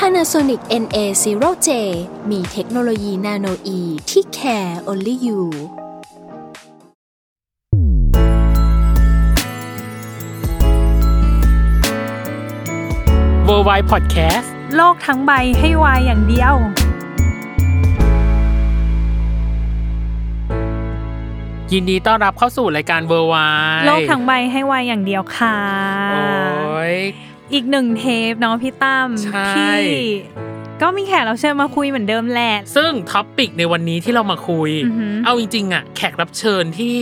Panasonic NA0J มีเทคโนโลยีนาโนอีที่ care only you เวอร์ไวพอดแคสต์ โลกทั้งใบให้วายอย่างเดียว ยินดีต้อนรับเข้าสู่รายการเวอร์ไว โลกทั้งใบให้วายอย่างเดียวค่ะ โอ้ย อีกหนึ่งเทปเนาะพี่ตั้ม ใช่ ที่ ก็มีแขกรับเชิญมาคุยเหมือนเดิมแหละ ซึ่งท็อปปิกในวันนี้ที่เรามาคุย อือหือ เอาจริงๆอะแขกรับเชิญที่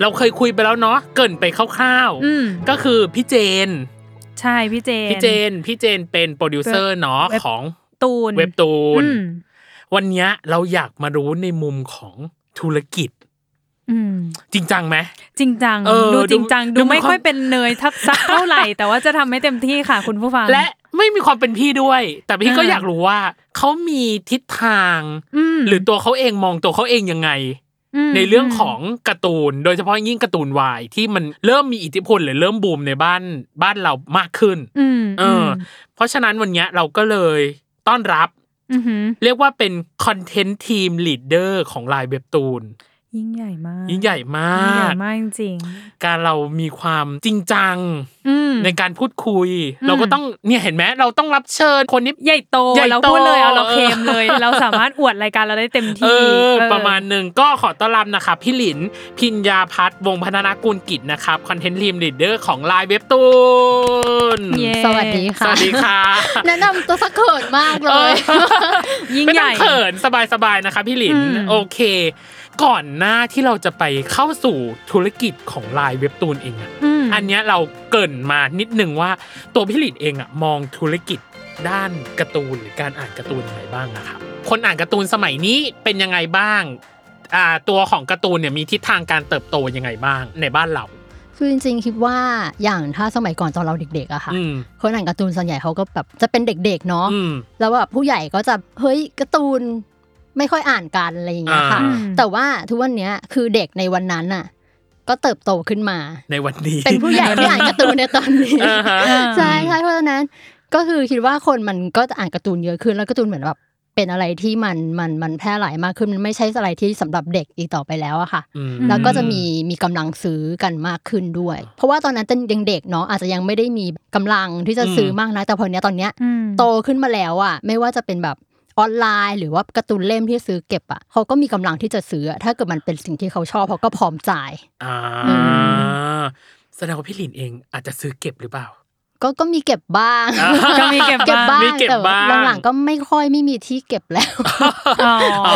เราเคยคุยไปแล้วเนาะเกรินไปคร่าว อืม ก็คือพี่เจน ใช่พี่เจน พี่เจน พี่เจนเป็นโปรดิวเซอร์เนาะ เว็บ ของ ตูน เว็บตูน อืม วันเนี้ยเราอยากมารู้ในมุมของธุรกิจ อืม จริงจังไหม จริงจัง เออ ดู ดู จริงจัง ดู ดูไม่ มีความ ค่อยเป็นเนยทักซักเท่าไหร่ แต่ว่าจะทำให้เต็มที่ค่ะคุณผู้ฟัง และไม่มีความเป็นพี่ด้วย แต่พี่ก็ อ่า อยากรู้ว่าเขามีทิศทาง อืม หรือตัวเขาเองมองตัวเขาเองยังไง ม ในเรื่องของการ์ตูน โดยเฉพาะยิ่งการ์ตูนวายที่มันเริ่มมีอิทธิพลหรือเริ่มบูมในบ้านบ้านเรามากขึ้น อืม เอออเพราะฉะนั้นวันเนี้ยเราก็เลยต้อนรับ มอหือ เรียกว่าเป็นคอนเทนต์ทีมลีดเดอร์ของลายเว็บตูน ยิ่งใหญ่มาก ยิ่งใหญ่ม ยิ่ง า ใหญ่ ก มากจริง การเรามีความจริงจัง ๆอืม ในการพูดคุย อืม เราก็ต้องเนี่ยเห็นไหมเราต้องรับเชิญคนนี้ ใหญ่โต ใหญ่โต เราพูดเลยเอาเราเคลมเลย เออ เราสามารถอวดรายการเราได้เต็ม เออที่เออ ประมาณหนึ่งก็ขอต้อนรับนะคะพี่หลิน พิญญาพัฒน์วงศ์พนนากุลกิจนะครับคอนเทนต์ทีมลีดเดอร์ของไลน์เว็บตูน เย้ สวัสดี ส ค่ะ วัสดีค่ะ แนะนำตัวสักเขินมากเล เอย อ ยิ่ง ไม่ ให ต้อ ญ่ งเขินสบายๆนะคะพี่หลิน อืม โอเค ก่อนหน้าที่เราจะไปเข้าสู่ธุรกิจของไลน์เว็บตูนเองอะ ม อันเนี้ยเราเกรินมานิดนึงว่าตัวพี่หลินเองอะมองธุรกิจด้านการ์ตูนหรือการอ่านการ์ตูนยังไงบ้างนะครับ คนอ่านการ์ตูนสมัยนี้เป็นยังไงบ้าง อ่าตัวของการ์ตูนเนี่ยมีทิศทางการเติบโตยังไงบ้างในบ้านเรา คือจริงๆ คิดว่าอย่างถ้าสมัยก่อนตอนเราเด็กๆอะค่ะ อืม คนอ่านการ์ตูนส่วนใหญ่เขาก็แบบจะเป็นเด็กๆ เนาะ อืม แล้วแบบผู้ใหญ่ก็จะเฮ้ยการ์ตูนไม่ค่อยอ่านกันอะไรอย่างเงี้ยค่ะ อ่า แต่ว่าทุกวันเนี้ยคือเด็กในวันนั้นน่ะก็เติบโต ขึ้นมา ในวันนี้ เป็นผู้ใหญ่ที่อ่านการ์ตูนในตอนนี้ อ่าฮะ ใช่ใช่เพราะฉะนั้นก็คือคิดว่าคนมันก็จะอ่านการ์ตูนเยอะขึ้นแล้วการ์ตูนเหมือนแบบเป็นอะไรที่มันมันมันแพร่หลายมากขึ้นมันไม่ใช่อะไรที่สำหรับเด็กอีกต่อไปแล้วอะค่ะ อืม แล้วก็จะมีมีกำลังซื้อกันมากขึ้นด้วย เพราะว่าตอนนั้นเป็นยังเด็กเนาะอาจจะยังไม่ได้มีกำลังที่จะซื้ออ ม มากนะแต่พอเนี้ยตอนเนี้ย อืม โตขึ้นมาแล้วอะไม่ว่าจะเป็นแบบออนไลน์ หรือว่าการ์ตูนเล่มที่ซื้อเก็บอะเขาก็มีกำลังที่จะซื้ออะถ้าเกิดมันเป็นสิ่งที่เขาชอบเขาก็พร้อมจ่าย อ่า อื แสดงว่าพี่หลินเองอาจจะซื้อเก็บหรือเปล่า ก็ก็มีเก็บบ้าง ก็มีเก็บ เก็บบ้าง มีเก็บ แต่ว่า บ้าง หลังๆก็ไม่ค่อยไม่มีที่เก็บแล้ว อ๋อ อ๋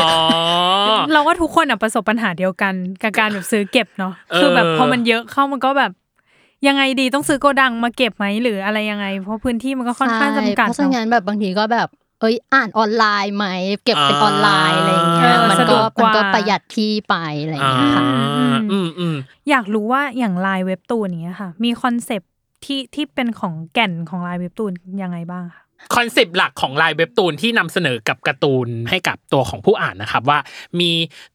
อ เราว่าทุกคนอ่ะประสบปัญหาเดียวกันกับการแบบซื้อเก็บเนาะ เออ คือแบบพอมันเยอะเข้ามันก็แบบ ยังไงดีต้องซื้อโกดังมาเก็บไหมหรืออะไรยังไง เพราะพื้นที่มันก็ค่อนข้างจำกัด ใช่เพราะฉะ เนอะ นั้นแบบบางทีก็แบบ เอ้ยอ่านออนไลน์ไหมเก็บเป็น อ่า ออนไลน์อะไรอย่างเงี้ย เออ มัน สะด ก็ วกก มัน ว่ามั ก็ประหยัดที่ไปอะไรอย่าง อ่า เงี้ยค่ะ อืมอืม อยากรู้ว่าอย่างลายเว็บตูนอย่างเนี้ยค่ะ มีคอนเซปต์ที่ที่เป็นของแก่นของลายเว็บตูนยังไงบ้างคะ คอนเซปต์หลักของลายเว็บตูนที่นำเสนอกับการ์ตูนให้กับตัวของผู้อ่านนะครับว่ามี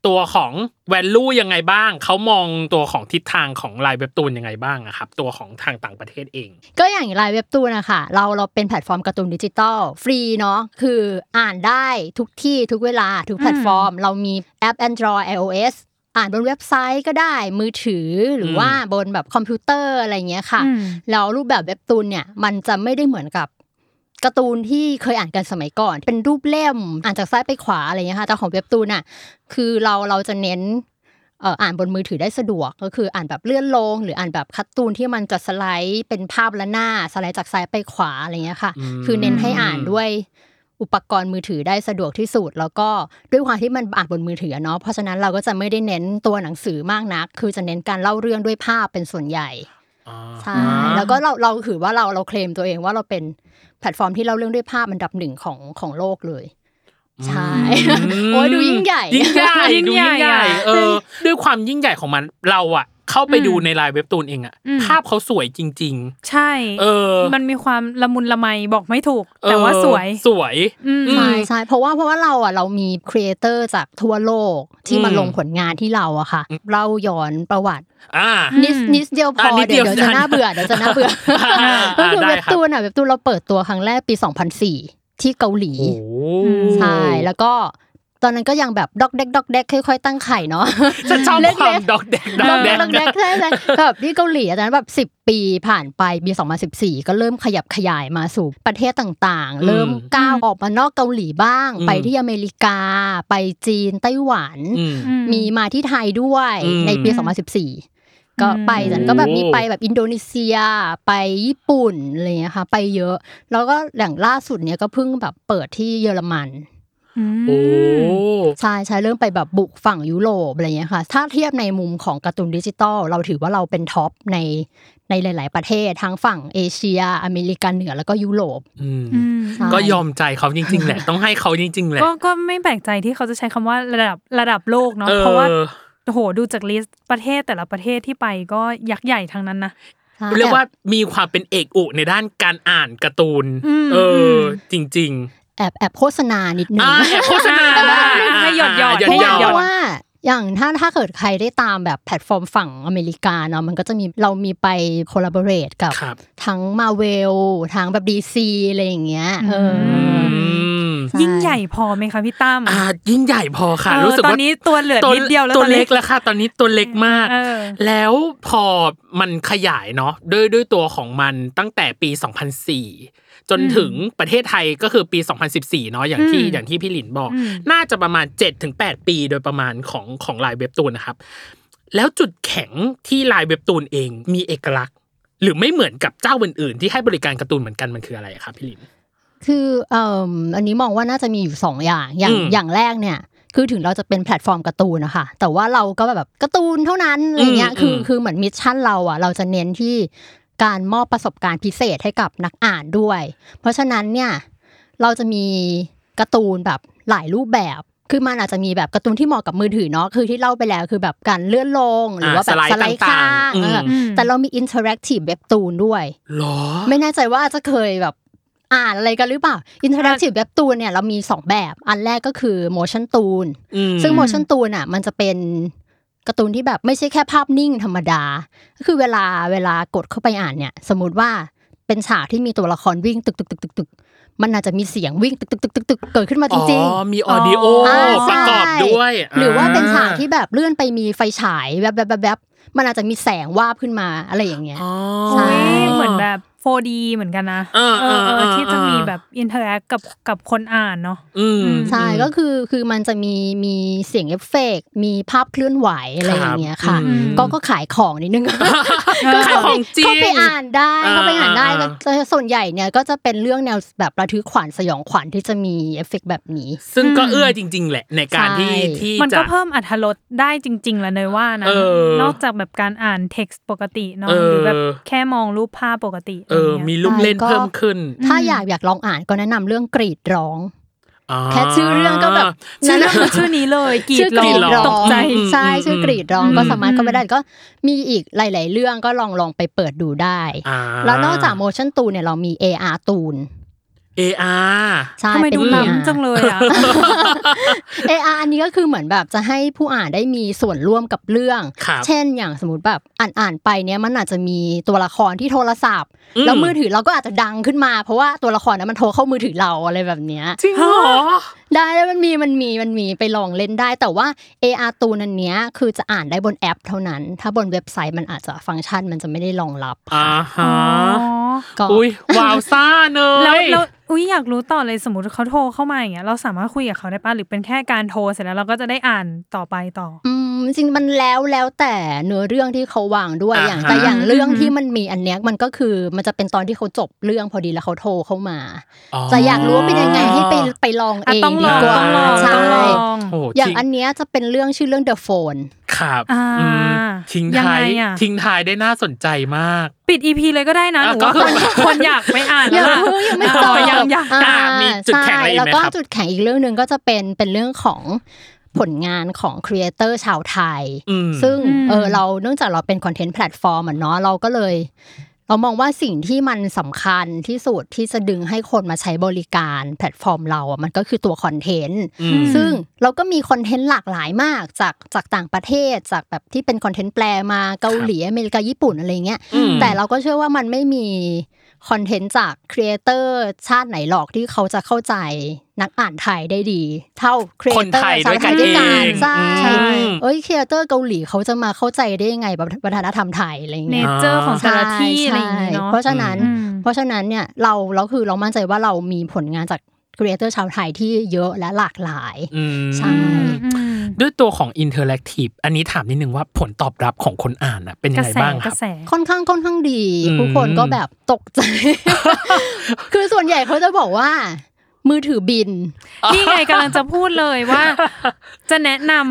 ตัวของ value ยังไงบ้าง เขามองตัวของทิศทางของลายเว็บตูนยังไงบ้างอะครับ ตัวของทางต่างประเทศเอง ก็อย่างไลน์เว็บตูนนะคะเราเราเป็นแพลตฟอร์มการ์ตูนดิจิตอลฟรีเนาะคืออ่านได้ทุกที่ทุกเวลาทุกแพลตฟอร์ม เรามีแอป Android iOS อ่านบนเว็บไซต์ก็ได้มือถือหรืออ ม ว่าบนแบบคอมพิวเตอร์อะไรอย่างเงี้ยค่ะ อืม แล้วรูปแบบเว็บตูนเนี่ยมันจะไม่ได้เหมือนกับการ์ตูนที่เคยอ่านกันสมัยก่อน เป็นรูปเล่มอ่านจากซ้ายไปขวาอะไรอย่างเงี้ยค่ะแต่ของเว็บตูนอ่ะคือเราเราจะเน้นเอ่ออ่านบนมือถือได้สะดวก ก็คืออ่านแบบเลื่อนลง หรืออ่านแบบคัดตูนที่มันจะสไลด์เป็นภาพละหน้าสไลด์จากซ้ายไปขวาอะไรอย่างเงี้ยค่ะ อืม คือเน้นให้อ่านด้วยอุปกรณ์มือถือได้สะดวกที่สุด แล้วก็ด้วยความที่มันอ่านบนมือถืออะเนาะเพราะฉะนั้นเราก็จะไม่ได้เน้นตัวหนังสือมากนัก คือจะเน้นการเล่าเรื่องด้วยภาพเป็นส่วนใหญ่ อ่า ใช่แล้วก็เราเราถือว่าเราเราเคลมตัวเองว่าเราเป็นแพลตฟอร์มที่เล่าเรื่องด้วยภาพอันดับหนึ่งของของโลกเลย ใช่ อืม โอ้ยดูยิ่งใหญ่ ยิ่งใหญ่ ยิ่ง ดู ใหญ่ ยิ่งใหญ่ อะ เอ อ ด้วยความยิ่งใหญ่ของมันเราอะเข้าไปดู อืม ในไลน์เว็บตูนเองอะ อืม ภาพเขาสวยจริง ใช่ ๆ เออ มันมีความละมุนละไมบอกไม่ถูก เออ แต่ว่าสวย สวย อืม อืม ใช่ใช่เพราะว่าเพราะว่าเราอ่ะเรามีครีเอเตอร์จากทั่วโลกที่มา อืม ลงผลงานที่เราอะค่ะ เราย้อนประวัติ อ่า อืม นิดนิดเดียวพ อ่ะ อ นิดเดี เดี๋ ย ยว วจะน่าเบื่อเดี๋ยวจะน่าเบื่อ อ่า ก็คือ ได้ เว็บ ครับ ตูนอ่ะเว็บตูนเราเปิดตัวครั้งแรกปี 2004 ที่เกาหลี โอ้ ใช่ แล้วก็ตอนนั้นก็ยังแบบดอกเด็กดอกเด็กค่อย ๆ ตั้งไข่เนาะ ฉันชอบ เล็กๆ ความดอกแดกด ด อ อก ก แด เด็ก ก ดอกเด็กใช่ใช่ แบบที่เกาหลีอ่ะตอนนั้นแบบ10 ปีผ่านไปปี 2014 ก็เริ่มขยับขยายมาสู่ประเทศต่าง อืม ๆ เริ่มก้าวออกมานอกเกาหลีบ้าง อืม ไปที่อเมริกา ไปจีนไต้หวัน อืม อื มีมาที่ไทยด้วย อืม ในปี อืม 2014 ก็ไป อืม จันก็แบบมี โอ้ ไปแบบอินโดนีเซีย ไปญี่ปุ่นอะไรอย่างเงี้ยค่ะ ไปเยอะ แล้วก็อย่างล่าสุดเนี้ยก็เพิ่งแบบเปิดที่เยอรมัน อืม โอ้ ใช่ใช่เริ่มไปแบบบุกฝั่งยุโรปอะไรอย่างเงี้ยค่ะ ถ้าเทียบในมุมของการ์ตูนดิจิตอลเราถือว่าเราเป็นท็อปในในหลาย ๆ ประเทศทั้งฝั่งเอเชีย อเมริกาเหนือแล้วก็ยุโรป อืม อืม ใช่ ก็ยอมใจเขาจริง ๆ แหละ ต้องให้เขาจริง ๆ แหละ ก็ก็ไม่แปลกใจที่เขาจะใช้คำว่าระดับระดับโลกเนาะ ออ เพราะว่าโอ้โหดูจากลิสต์ประเทศแต่ละประเทศที่ไปก็ยักษ์ใหญ่ทั้งนั้นนะ ใช่ เรียกว่ามีความเป็นเอกอุในด้านการอ่านการ์ตูน อืม เอ อื อ ม จริง แอบแอบโฆษณานิดๆนึง อ่าแอบโฆษณา แต่ว่าให้หยอดๆ า ให้หยอดๆ เพราะว่าอย่างถ้าถ้าเกิดใครได้ตามแบบแพลตฟอร์มฝั่งอเมริกาเนาะมันก็จะมีเรามีไปคอลลาบอร์เรทกับ ครับ ทั้งมาเวลทั้งแบบดีซีอะไรอย่างเงี้ยเออ อื อื อ ม ใช่ ยิ่งใหญ่พอไหมคะพี่ตั้ม อ่ายิ่งใหญ่พอค่ะ เออ รู้สึก ตอน ว่า นี้ตัวเหลือนิดเดียวแล้ว ตั ต ว อน เล็ นี้ กแล้วค่ะ ตอนนี้ตัวเล็กมาก เออ แล้วพอมันขยายเนาะด้วยด้วยตัวของมันตั้งแต่ปี 2004 จน อืม ถึงประเทศไทยก็คือปี 2014 เนาะอย่างที่ อืม อย่างที่พี่หลินบอก อืม น่าจะประมาณ 7-8 ปีโดยประมาณของของลายเว็บตูนนะครับ แล้วจุดแข็งที่ลายเว็บตูนเองมีเอกลักษณ์ หรือไม่เหมือนกับเจ้าอื่นๆที่ให้บริการการ์ตูนเหมือนกันมันคืออะไรครับพี่หลิน คือเอ่มอันนี้มองว่าน่าจะมีอยู่สองอย่างอย่าง อืม อย่างแรกเนี่ย คือถึงเราจะเป็นแพลตฟอร์มการ์ตูนนะคะแต่ว่าเราก็แบบการ์ตูนเท่านั้นอะไรเงี้ย อืม คือ อืม คือเหมือนมิชชั่นเราอ่ะเราจะเน้นที่การมอบประสบการณ์พิเศษให้กับนักอ่านด้วย เพราะฉะนั้นเนี่ยเราจะมีการ์ตูนแบบหลายรูปแบบ คือมันอาจจะมีแบบการ์ตูนที่เหมาะกับมือถือเนาะคือที่เล่าไปแล้วคือแบบการเลื่อนลงหรือว่าแบบสไลด์ข้าง อื เอ ม ออแต่เรามีอินเทอร์แอคทีฟเว็บตูนด้วย หรอ ไม่แน่ใจว่าจะเคยแบบอ่านอะไรกันหรือเปล่า Interactive Webtoon เนี่ยเรามี 2 แบบ อันแรกก็คือ Motion Toon อืม ซึ่ง หมด Motion Toon อ่ะมันจะเป็นการ์ตูนที่แบบไม่ใช่แค่ภาพนิ่งธรรมดา ก็คือเวลาเวลากดเข้าไปอ่านเนี่ย สมมติว่าเป็นฉากที่มีตัวละครวิ่งตึกตึกตึกตึกตึกมันอาจจะมีเสียงวิ่งตึกตึกตึกตึกตึกเกิดขึ้นมาจริง อ๋อ มีออดิโอ อ๋อ ประกอบด้วย ๆ หรือว่าเป็นฉากที่ อ แบบเลื่อนไปมีไฟฉายแวบแบบแบบแบบมันอาจจะมีแสงวาบขึ้นมาอะไรอย่างเงี้ย ่าอ๋อ ใช่ โอ้ยเหมือนแบบ 4D เหมือนกันนะ เออเออเออ ที่จะมีแบบอินเทอร์แอคกับกับคนอ่านเนาะ อืม ใช่ก็คือคือมันจะมีมีเสียงเอฟเฟกต์มีภาพเคลื่อนไหวอะไร ค อ รับ ย่างเงี้ยค่ะ อืม ก็ก็ขายของนิดนึง ก็ขายของจริง เข้าไปอ่านได้ อ่า เข้าไปอ่านได้ อ่า ก็ส่วนใหญ่เนี่ยก็จะเป็นเรื่องแนวแบบระทึกขวัญสยองขวัญที่จะมีเอฟเฟกต์แบบนี้ ซึ่งก็ อืม เอื้อจริง ๆ แหละในการที่ ใช่ ที่ มัน จะ ก็เพิ่มอัธรสได้จริงๆแล้วเนยว่านะ เออน อกจากแบบการอ่านเท็กซ์ปกติเนาะ เออ หรือแบบแค่มองรูปภาพปกติ เออ ะไร มี เงี้ย ลูกเล่นเพิ่มขึ้น ถ้า อืม อยากอยากลองอ่านก็แนะนำเรื่องกรีดร้อง อ่า แค่ชื่อเรื่องก็แบบ ชื่อเรื่องมันชื่อนี้เลยกรีด ชื่อก ร้อ รี ง ดร้อง ตกใจ อืม ใช่ชื่อกรีดร้อง อืม ก็สามารถก็ไปได้ อืม ก็มีอีกหลาย ๆ เรื่องก็ลองลองไปเปิดดูได้ อ่า แล้วนอกจาก motion ตูนเนี่ยเรามี AR ตูน AR ใช่ ทำไม เป็น ดู AR ล้ำจังเลยอ่ะ เออาอันนี้ก็คือเหมือนแบบจะให้ผู้อ่านได้มีส่วนร่วมกับเรื่อง ครับ เช่นอย่างสมมติแบบอ่านอ่านไปเนี้ยมันอาจจะมีตัวละครที่โทรศัพท์ อืม แล้วมือถือเราก็อาจจะดังขึ้นมา เพราะว่าตัวละครนั้นมันโทรเข้ามือถือเราอะไรแบบเนี้ย จริงเหรอ ได้แล้วมันมีมันมีมันมีไปลองเล่นได้ แต่ว่า AR ตูนอันเนี้ยคือจะอ่านได้บนแอปเท่านั้น ถ้าบนเว็บไซต์มันอาจจะฟังก์ชันมันจะไม่ได้รองรับ อ่าฮะ ก็ อุ้ย วาวซ่าเนย แล้วแล้วอุ้ยอยากรู้ต่อเลยสมมติเขาโทรเข้ามาอย่างเงี้ยเราสามารถคุยกับเขาได้ป่ะหรือเป็นแค่การโทรเสร็จแล้วเราก็จะได้อ่านต่อไปต่อ อืมจริงๆมันแล้วแล้วแต่เนื้อเรื่องที่เขาวางด้วย อ่า อย่าง ฮะ แต่อย่างเรื่อง อืม ที่มันมีอันเนี้ยมันก็คือมันจะเป็นตอนที่เขาจบเรื่องพอดีแล้วเขาโทรเข้ามา จะอยากรู้ว่าเป็นยังไงให้ไปไปลองเอ อ่ะ ง ต้องล ดี อง กว่า ต้องลอง ใช่ ต้องลอง โอ้ อย่าง จริง อันเนี้ยจะเป็นเรื่องชื่อเรื่อง The Phone ค ครับ อ่า อืมทิ้ง ยัง ท้า ไง ย อ่ะ ทิ้งท้ายได้น่าสนใจมาก ปิดอีพีเลยก็ได้นะห อ่ะ นู ก็ ว่า คือ คนคนอยากไม่อ่าน อ แล้ว ย่า ล่ะ เพิ่งยังไม่จ อ๋ บ อยังยัง อ่ามีจุดแข็งอะไรอีกไหม แล้วก็ ครับ จุดแข็งอีกเรื่องหนึ่งก็จะเป็นเป็นเรื่องของผลงานของครีเอเตอร์ชาวไทย อืม ซึ่ง อืม เออเราเนื่องจากเราเป็นคอนเทนต์แพลตฟอร์มอ่ะเนาะเราก็เลย เรามองว่าสิ่งที่มันสำคัญที่สุดที่จะดึงให้คนมาใช้บริการแพลตฟอร์มเราอ่ะมันก็คือตัวคอนเทนต์ อืม ซึ่งเราก็มีคอนเทนต์หลากหลายมากจากจากต่างประเทศ จากแบบที่เป็นคอนเทนต์แปลมาเกาหลีอเมริกาญี่ปุ่นอะไรเงี้ย อืม แต่เราก็เชื่อว่ามันไม่มีคอนเทนต์จากครีเอเตอร์ชาติไหนหรอกที่เขาจะเข้าใจนักอ่านไทยได้ดี เท่าครีเอ คน เตอ ไทย ร์ ด้ ชาว วย ไท กัน ย เอ ด้วยกัน ง ใช่อืใช่ม เอ้ยครีเอเตอร์เกาหลีเขาจะมาเข้าใจได้ยังไงแบบวัฒนธรรมไทยอะไร เน เงี้ย เจอร์ของแต่ละที่ ใช่ อะไรอย่างงี้เนาะ เพราะฉะนั้น อืม เพราะฉะนั้นเนี่ยเราเราคือเรามั่นใจว่าเรามีผลงานจากครีเอเตอร์ชาวไทยที่เยอะและหลากหลาย อืม ใช่ อืม ด้วยตัวของ Interactive อันนี้ถามนิดนึงว่าผลตอบรับของคนอ่านน่ะเป็น ก ยั ระ งไง แส บ้างค ก รั ระ บ แส ค่อนข้างค่อนข้างดี อืม ทุกคนก็แบบตกใจ คือส่วนใหญ่เขาจะบอกว่า มือถือบิน นี่ไงกำลังจะพูดเลยว่า จะแนะนำ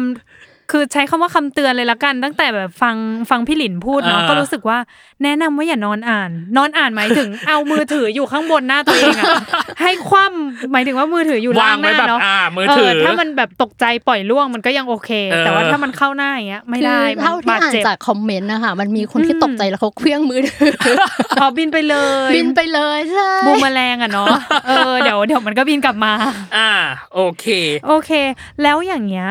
คือใช้คำว่าคำเตือนเลยละกัน ตั้งแต่แบบฟังฟังพี่หลินพูดเนาะ อ่า ก็รู้สึกว่าแนะนำว่าอย่านอนอ่าน นอนอ่านหมายถึง เอามือถืออยู่ข้างบนหน้าตัวเองอะ ให้คว่ำหมายถึงว่ามือถืออยู่ วา ล่าง งห ไว้ น้า แบบ เนาะ อ่ามือ เอ ถื อ อ ถ้ามันแบบตกใจปล่อยล่วงมันก็ยังโอเค เออ แต่ว่าถ้ามันเข้าหน้าอย่างเงี้ยไม่ได้ คือเท่า มัน ที่ บาด อ่าน เจ็บ จากคอมเมนต์นะคะมันมีคนที่ อืม ตกใจแล้วเขาเคลี้ยงมือถือ อ๋อบินไปเลย บินไปเลยใช่ บูมแมลงอะเนาะเออเดี๋ยวเดี๋ยวมันก็บินกลับมา อ่าโอเค โอเค แล้วอย่างเงี้ย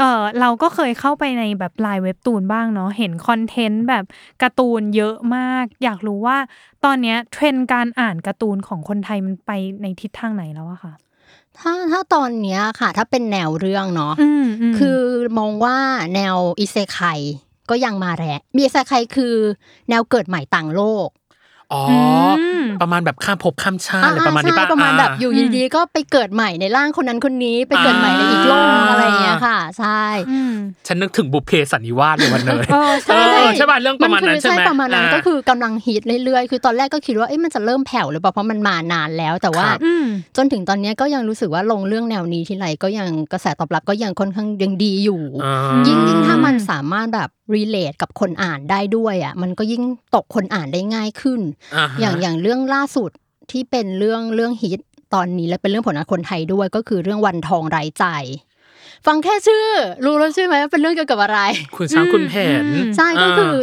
เออเราก็เคยเข้าไปในแบบไลน์เว็บตูนบ้างเนาะ เห็นคอนเทนต์แบบการ์ตูนเยอะมาก อยากรู้ว่าตอนเนี้ยเทรนด์การอ่านการ์ตูนของคนไทยมันไปในทิศทางไหนแล้วอะค่ะ ถ้าถ้าตอนเนี้ยค่ะ ถ้าเป็นแนวเรื่องเนาะ อืมม คือมองว่าแนวอิเซไคก็ยังมาแรงมีอิเซไคคือแนวเกิดใหม่ต่างโลก อ๋ออ ม ประมาณแบบข้ามภพข้ามชาติอะไรประมาณนี้ ใช่ ป่ะ ประมาณแบบ อ่ อยู่ อืม ดีๆก็ไปเกิดใหม่ในร่างคนนั้นคนนี้ไปเกิดใหม่ในอีกโลกอะไรอย่างเงี้ยค่ะ ใช่ อืม ฉันนึกถึงบุพเพสันนิวาสในวันเนย เออ เอ ใช่ อใช่ป่ะเรื่องประมาณนั้น คือ ใช่ไหม ใช่ประมาณนั้น อ่า ก็คือกำลังฮิตเรื่อยๆ คือตอนแรกก็คิดว่าเอ๊ะมันจะเริ่มแผ่วหรือเปล่าเพราะมันมานานแล้ว แต่ว่า ครับ อืม จนถึงตอนเนี้ยก็ยังรู้สึกว่าลงเรื่องแนวนี้ทีไรก็ยังกระแสตอบรับก็ยังค่อนข้างยังดีอยู่ อ่า ยิ่งยิ่งถ้ามันสามารถแบบรีเลทกับคนอ่านได้ด้วยอ่ะมันก็ยิ่งตกคนอ่านได้ง่ายขึ้น ฮะ อย่างอย่างเรื่องล่าสุดที่เป็นเรื่องเรื่องฮิตตอนนี้และเป็นเรื่องผลงานคนไทยด้วยก็คือเรื่องวันทองไร้ใจ ฟังแค่ชื่อ รู้แล้วใช่ไหมว่าเป็นเรื่องเกี่ยวกับอะไร คุณช้างคุณแผน อืม ใช่ก็คือ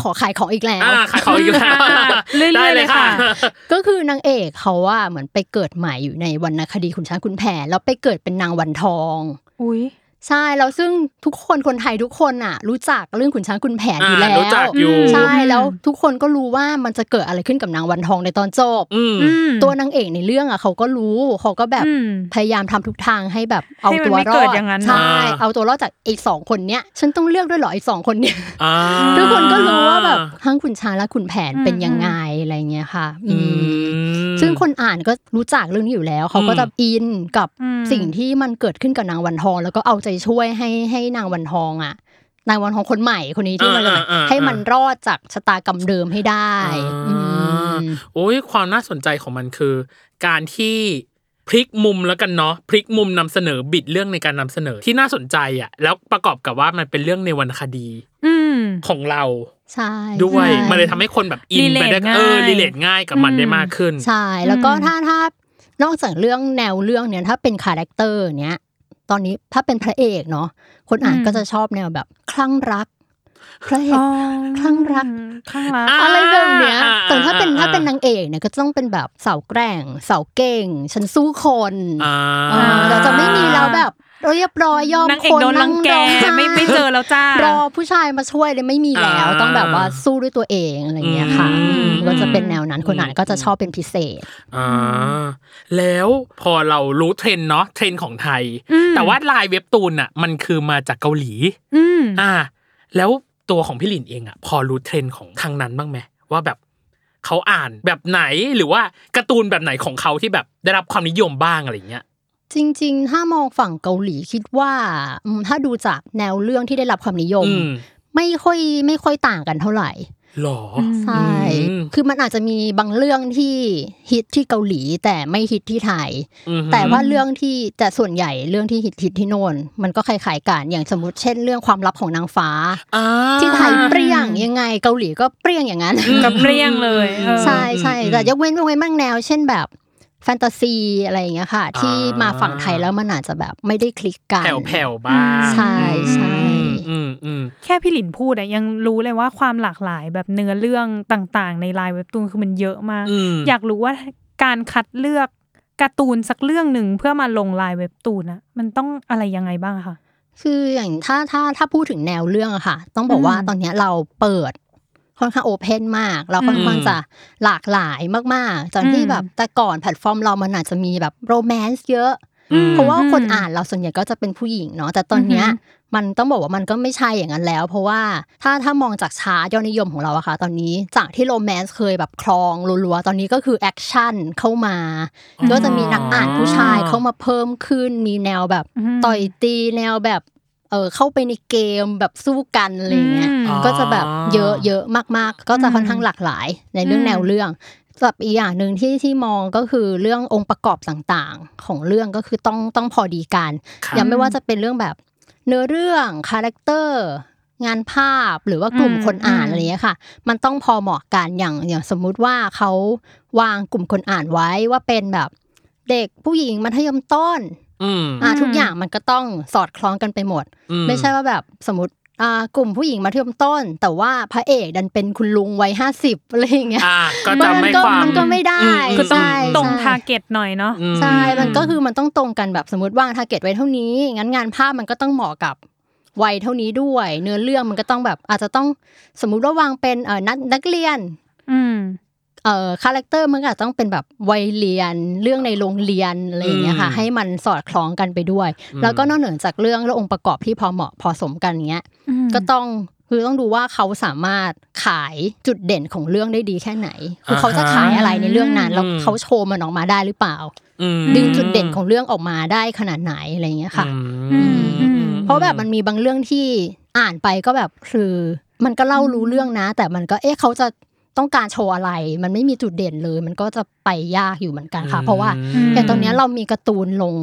ขอขายของอีกแล้ว อ่าขายของอีกแล้ว อ่าเรื่อยๆ ได้เลยค่ะ เลยค่ะ ก็คือนางเอกเขาว่าเหมือนไปเกิดใหม่อยู่ในวรรณคดีขุนช้างขุนแผนแล้วไปเกิดเป็นนางวันทอง อุ้ย ใช่แล้วซึ่งทุกคนคนไทยทุกคนอ่ะ รู้จักเรื่องขุนช้างขุนแผนอยู่แล้ อ่ารู้จัก ว อยู่ ใช่แล้วทุกคนก็รู้ว่ามันจะเกิดอะไรขึ้นกับนางวันทองในตอนจบ อืม อืม ตัวนางเอกในเรื่องอ่ะเขาก็รู้เขาก็แบบ อืม พยายามทำทุกทางให้แบบเอา ให้มัน ตัว ไม่ ร เกิ อ ด ด อย่างนั้น ใช่ อ่า เอาตัวรอดจากไอ้สองคนเนี้ยฉันต้องเลือกด้วยเหรอไอ้สองคนเนี้ย อ่า ทุกคนก็รู้ว่าแบบทั้งขุนช้างและขุนแผนเป็นยังไงอะไรเงี้ยค่ะ อื อื ม ม ซึ่งคนอ่านก็รู้จักเรื่องนี้อยู่แล้ว เขาก็จะอินกับ อืม สิ่งที่มันเกิดขึ้นกับนางวันทอง แล้วก็เอาใจช่วยให้ให้นางวันทองอ่ะ นางวันทองคนใหม่คนนี้ที่มัน อ่าอ่าอ่า ให้มันรอดจากชะตากรรมเดิมให้ได้ อ่า อืม โอ้ยความน่าสนใจของมันคือ การที่พลิกมุมแล้วกันเนาะพลิกมุมนำเสนอบิดเรื่องในการนำเสนอที่น่าสนใจอ่ะ แล้วประกอบกับว่ามันเป็นเรื่องในวรรณคดี อืม ของเรา ใช่ ด้วย ใช่ มันเลยทำให้คนแบบอินไปได้ Relate ง่าย เออรีเลทง่ายกับมันได้มากขึ้น ใช่ แล้วก็ถ้าถ้านอกจากเรื่องแนวเรื่องเนี้ยถ้าเป็นคาแรคเตอร์เนี้ย ตอนนี้ถ้าเป็นพระเอกเนาะ คนอ่าน อืม ก็จะชอบแนวแบบคลั่งรัก พระเอก อ๋อ คลั่งรัก คลั่งรัก อ่ะ อะไรแบบเนี้ย อ่าอ่า แต่ถ้าเป็น อ่า ถ้าเป็นนางเอกเนี่ยก็ต้องเป็นแบบสาวแกร่งสาวเก่ง ฉันสู้คน อ่า เออเราจะไม่มีแล้วแบบเรียบร้อยยอม นางเอ ค ก น โดนรังแก นั่ ไม่ไม่เจอแล้วจ้า รอผู้ชายมาช่วยเลยไม่มีแล้ว อ่า ต้องแบบว่าสู้ด้วยตัวเองอะไรอย่างเงี้ยค่ะ อืม ก็จะเป็นแนวนั้นคนอ่านก็จะชอบเป็นพิเศษ อ่าแล้วพอเรารู้เทรนด์เนาะเทรนด์ของไทย อืม แต่ว่าลายเว็บตูนอ่ะมันคือมาจากเกาหลี อืม อ่า แล้วตัวของพี่หลินเองอ่ะ พอรู้เทรนด์ของทางนั้นบ้างไหมว่าแบบเขาอ่านแบบไหนหรือว่าการ์ตูนแบบไหนของเขาที่แบบได้รับความนิยมบ้างอะไรเงี้ย จริง ๆ ถ้ามองฝั่งเกาหลีคิดว่าอืมถ้าดูจากแนวเรื่องที่ได้รับความนิยม อืม ไม่ค่อยไม่ค่อยต่างกันเท่าไหร่ หรอ ใช่ อืม คือมันอาจจะมีบางเรื่องที่ฮิตที่เกาหลีแต่ไม่ฮิตที่ไทย อือหือ แต่ว่าเรื่องที่แต่ส่วนใหญ่เรื่องที่ฮิตฮิตที่โน่นมันก็คล้ายๆกันอย่างสมมติเช่น เรื่องความลับของนางฟ้า อ่า ที่ไทยเปรี้ยงยังไงเกาหลีก็เปรี้ยงอย่างนั้น อืม กับเรียงเลยเออ ใช่ใช่ อืม แต่ยกเว้นยกเว้นบางแนว เช่นแบบแฟนตาซีอะไรอย่างเงี้ยค่ะ อ่า ที่มาฝั่งไทยแล้วมันอาจจะแบบไม่ได้คลิกกัน แผ่วแผ่วๆบ้าง ใช่ใช่ อืมอืม แค่พี่หลินพูดอะยังรู้เลยว่าความหลากหลายแบบเนื้อเรื่องต่างๆ ในลายเว็บตูนคือมันเยอะมาก อืม อยากรู้ว่าการคัดเลือกการ์ตูนสักเรื่องหนึ่งเพื่อมาลงลายเว็บตูนอะมันต้องอะไรยังไงบ้างอะคะ คืออย่างถ้าถ้าถ้าพูดถึงแนวเรื่องอะค่ะ ต้องบอกว่า อืม ตอนเนี้ยเราเปิดค่อนข้างโอเพนมาก เราค่อนข้างจะหลากหลายมากๆจากที่ อืม แบบแต่ก่อนแพลตฟอร์มเรามันอาจจะมีแบบโรแมนต์เยอะ อืม เพราะว่าคนอ่านเราส่วนใหญ่ก็จะเป็นผู้หญิงเนาะแต่ตอนเนี้ย อือหือ มันต้องบอกว่ามันก็ไม่ใช่อย่างนั้นแล้ว เพราะว่าถ้าถ้ามองจากชาร์ตยอดนิยมของเราอะค่ะ ตอนนี้จากที่โรแมนต์เคยแบบครองรัวๆตอนนี้ก็คือแอคชั่นเข้ามา อ๋อ ก็จะมีนักอ่านผู้ชายเข้ามาเพิ่มขึ้น มีแนวแบบ ม ต่อยตีแนวแบบเออเข้าไปในเกมแบบสู้กันอะไรอย่างเงี้ย อืม ก็จะแบบเยอะเยอะมากๆ ก็จะค่อนข้างหลากหลายในเรื่อง อืม แนวเรื่องกับอีกอย่างหนึ่งที่ที่มองก็คือเรื่ององค์ประกอบต่างๆ ของเรื่องก็คือต้องต้องพอดีกัน ครับ ยังไม่ว่าจะเป็นเรื่องแบบเนื้อเรื่องคาแรคเตอร์งานภาพหรือว่ากลุ่ม อืม คนอ่าน อืม อะไรอย่างเงี้ยค่ะ มันต้องพอเหมาะกันอย่างอย่างสมมุติว่าเขาวางกลุ่มคนอ่านไว้ว่าเป็นแบบเด็กผู้หญิงมัธยมต้น อืม อ่ะทุกอย่างมันก็ต้องสอดคล้องกันไปหมด อื ไม่ใช่ว่าแบบสมมติอ่ากลุ่มผู้หญิงมัธยมต้น แต่ว่าพระเอกดันเป็นคุณลุงวัยห้าสิบอะไรอย่างเงี้ย อ่าก็ มั จะ น ไม่ ก็ ความ มันก็ไม่ได้ อืม ก็ต้อง ใช่ ตรง ใช่ ทาร์เก็ตหน่อยเนาะ อืม ใช่ มันก็คือมันต้องตรงกันแบบสมมติว่างทาร์เก็ตไว้เท่านี้ งั้นงานภาพมันก็ต้องเหมาะกับวัยเท่านี้ด้วย เนื้อเรื่องมันก็ต้องแบบอาจจะต้องสมมุติว่าวางเป็นเอ่อนักนักเรียน อืม เอ่อคาแรคเตอร์มันก็อาจจะต้องเป็นแบบวัยเรียนเรื่องในโรงเรียนอะไรอย่างเงี้ยค่ะ อืม ให้มันสอดคล้องกันไปด้วย อืม แล้วก็นอกเหนือจากเรื่องและองค์ประกอบที่พอเหมาะพอสมกันเงี้ย ก็ต้องคือต้องดูว่าเขาสามารถขายจุดเด่นของเรื่องได้ดีแค่ไหน คือเขาจะขายอะไรในเรื่องนั้นแล้ว อืม เขาโชว์มันออกมาได้หรือเปล่า อืม ดึงจุดเด่นของเรื่องออกมาได้ขนาดไหนอะไรอย่างเงี้ยค่ะ อืม อืม เพราะแบบมันมีบางเรื่องที่อ่านไปก็แบบคือ มันก็เล่ารู้เรื่องนะ แต่มันก็เอ๊ะเขาจะต้องการโชว์อะไร มันไม่มีจุดเด่นเลย มันก็จะไปยากอยู่เหมือนกันค่ะ เพราะว่า อืม อย่างตอนเนี้ยเรามีการ์ตูนลง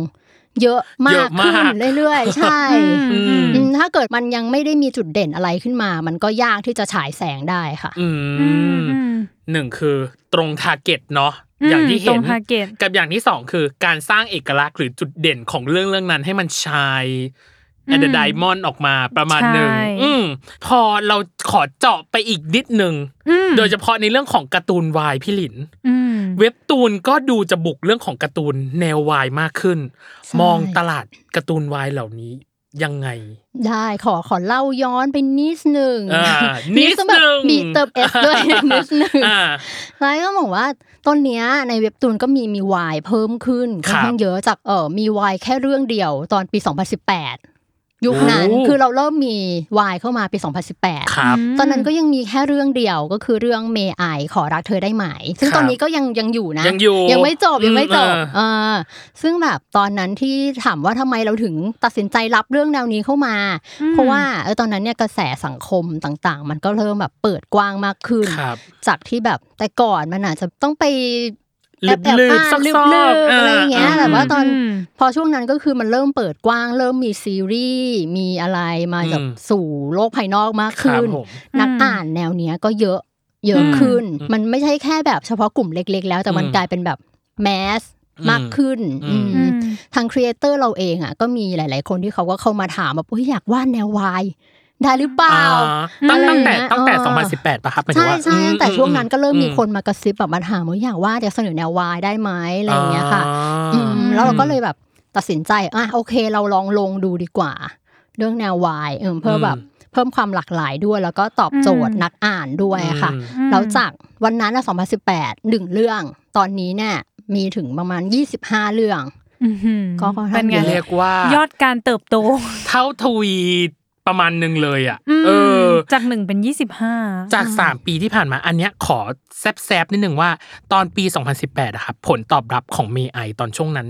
เยอะมากขึ้เยอะนมาก เรื่อยๆใช่ อืมอืม อืมถ้าเกิดมันยังไม่ได้มีจุดเด่นอะไรขึ้นมา มันก็ยากที่จะฉายแสงได้ค่ะ อื อืม ม อืม หนึ่งคือตรงทาร์เก็ตเนาะอย่างที่ ตร เห็ ง น ทาร์เก็ต กับอย่างที่สองคือการสร้างเอกลักษณ์หรือจุดเด่นของเรื่องเรื่องนั้นให้มันชาย อื แอ ม ดไดมอนออกมาประมาณหนึ่ง ใช่ อืมพอเราขอเจาะไปอีกนิดหนึ่งโดยเฉพาะในเรื่องของการ์ตูนวายพี่หลิน อืม เว็บตูนก็ดูจะบุกเรื่องของการ์ตูนแนววายมากขึ้น ใช่ มองตลาดการ์ตูนวายเหล่านี้ยังไง ได้ขอขอเล่าย้อนไปนิดหนึ่ง อ่า ด นิด แบ หนึ่ บ ง มีเติมเอส ด้วย นิดหนึ่ง อ่า แล้วก็บอกว่าตอนเนี้ยในเว็บตูนก็มีมีวายเพิ่มขึ้น ค ค่ รั อบ นข้างเยอะจากเออมีวายแค่เรื่องเดียวตอนปี 2018 ยุคนั้น โอ้ คือเราเริ่มมีวายเข้ามาปี 2018 ครับ ตอนนั้นก็ยังมีแค่เรื่องเดียวก็คือเรื่องเมไอขอรักเธอได้ไหม ซึ่ง ครับ ตอนนี้ก็ยังยังอยู่นะ ยังอยู่ ยังไม่จบยังไม่จบ อืมเออ เออซึ่งแบบตอนนั้นที่ถามว่าทำไมเราถึงตัดสินใจรับเรื่องแนวนี้เข้ามา อืม เพราะว่าเออตอนนั้นเนี่ยกระแสสังคมต่างๆ มันก็เริ่มแบบเปิดกว้างมากขึ้น ครับ จากที่แบบแต่ก่อนมันอาจจะต้องไป ลืบๆ อ่าน ซอกๆ ลืบๆอะไรอย่างเงี้ย อ่า แต่ว่าตอน อืม พอช่วงนั้นก็คือมันเริ่มเปิดกว้าง เริ่มมีซีรีส์มีอะไรมาจาก อืม สู่โลกภายนอกมาก ครับ ขึ้น ผม นัก อืม อ่านแนวเนี้ยก็เยอะเยอะ อืม ขึ้น อืม มันไม่ใช่แค่แบบเฉพาะกลุ่มเล็ก ๆ แล้วแต่มัน อืม กลายเป็นแบบแมสมากขึ้น อืม อื อื ม ม ทางครีเอเตอร์เราเองอ่ะก็มีหลาย ๆ คนที่เขาก็เข้ามาถามแบบอุ๊ยอยากวาดแนววายได้หรือเปล่า อ่ตั้งตั้งแต่ตั้งแต่ เออ 2018ป่ะครับหมายถึง ใช่ ว่า ใช่ อื ตั้งแต่ช่วงนั้นก็เริ่มมี อื คนมากระซิบแบบมาถามว่าอยากวาดอยากเสนอแนววายได้ไหมอะไรอย่างเงี้ยค่ะ อืม อ่า แล้วเราก็เลยแบบตัดสินใจอ่ะโอเค เราลองลงดูดีกว่า เรื่องแนววายเออเพื่อแบบเพิ่มความหลากหลายด้วย แล้วก็ตอบโจทย์ อืม นักอ่านด้วยอะค่ะ อืม แล้วจากวันนั้นอะ2018หนึ่งเรื่อง ตอนนี้เนี่ยมีถึงประมาณ 25 เรื่อง อื้อหือ ก็ค่อนข้าง เป็นไง เยอะ เรียกว่าย อดการเติบโต เท่าทวีประมาณหนึ่งเลยอ่ะ ม เออ จากหนึ่งเป็นยี่สิบห้า จากสามปีที่ผ่านมาอันเนี้ยขอแซบๆนิดหนึ่งว่า ตอนปี 2018อะครับผลตอบรับของเมไอตอนช่วงนั้น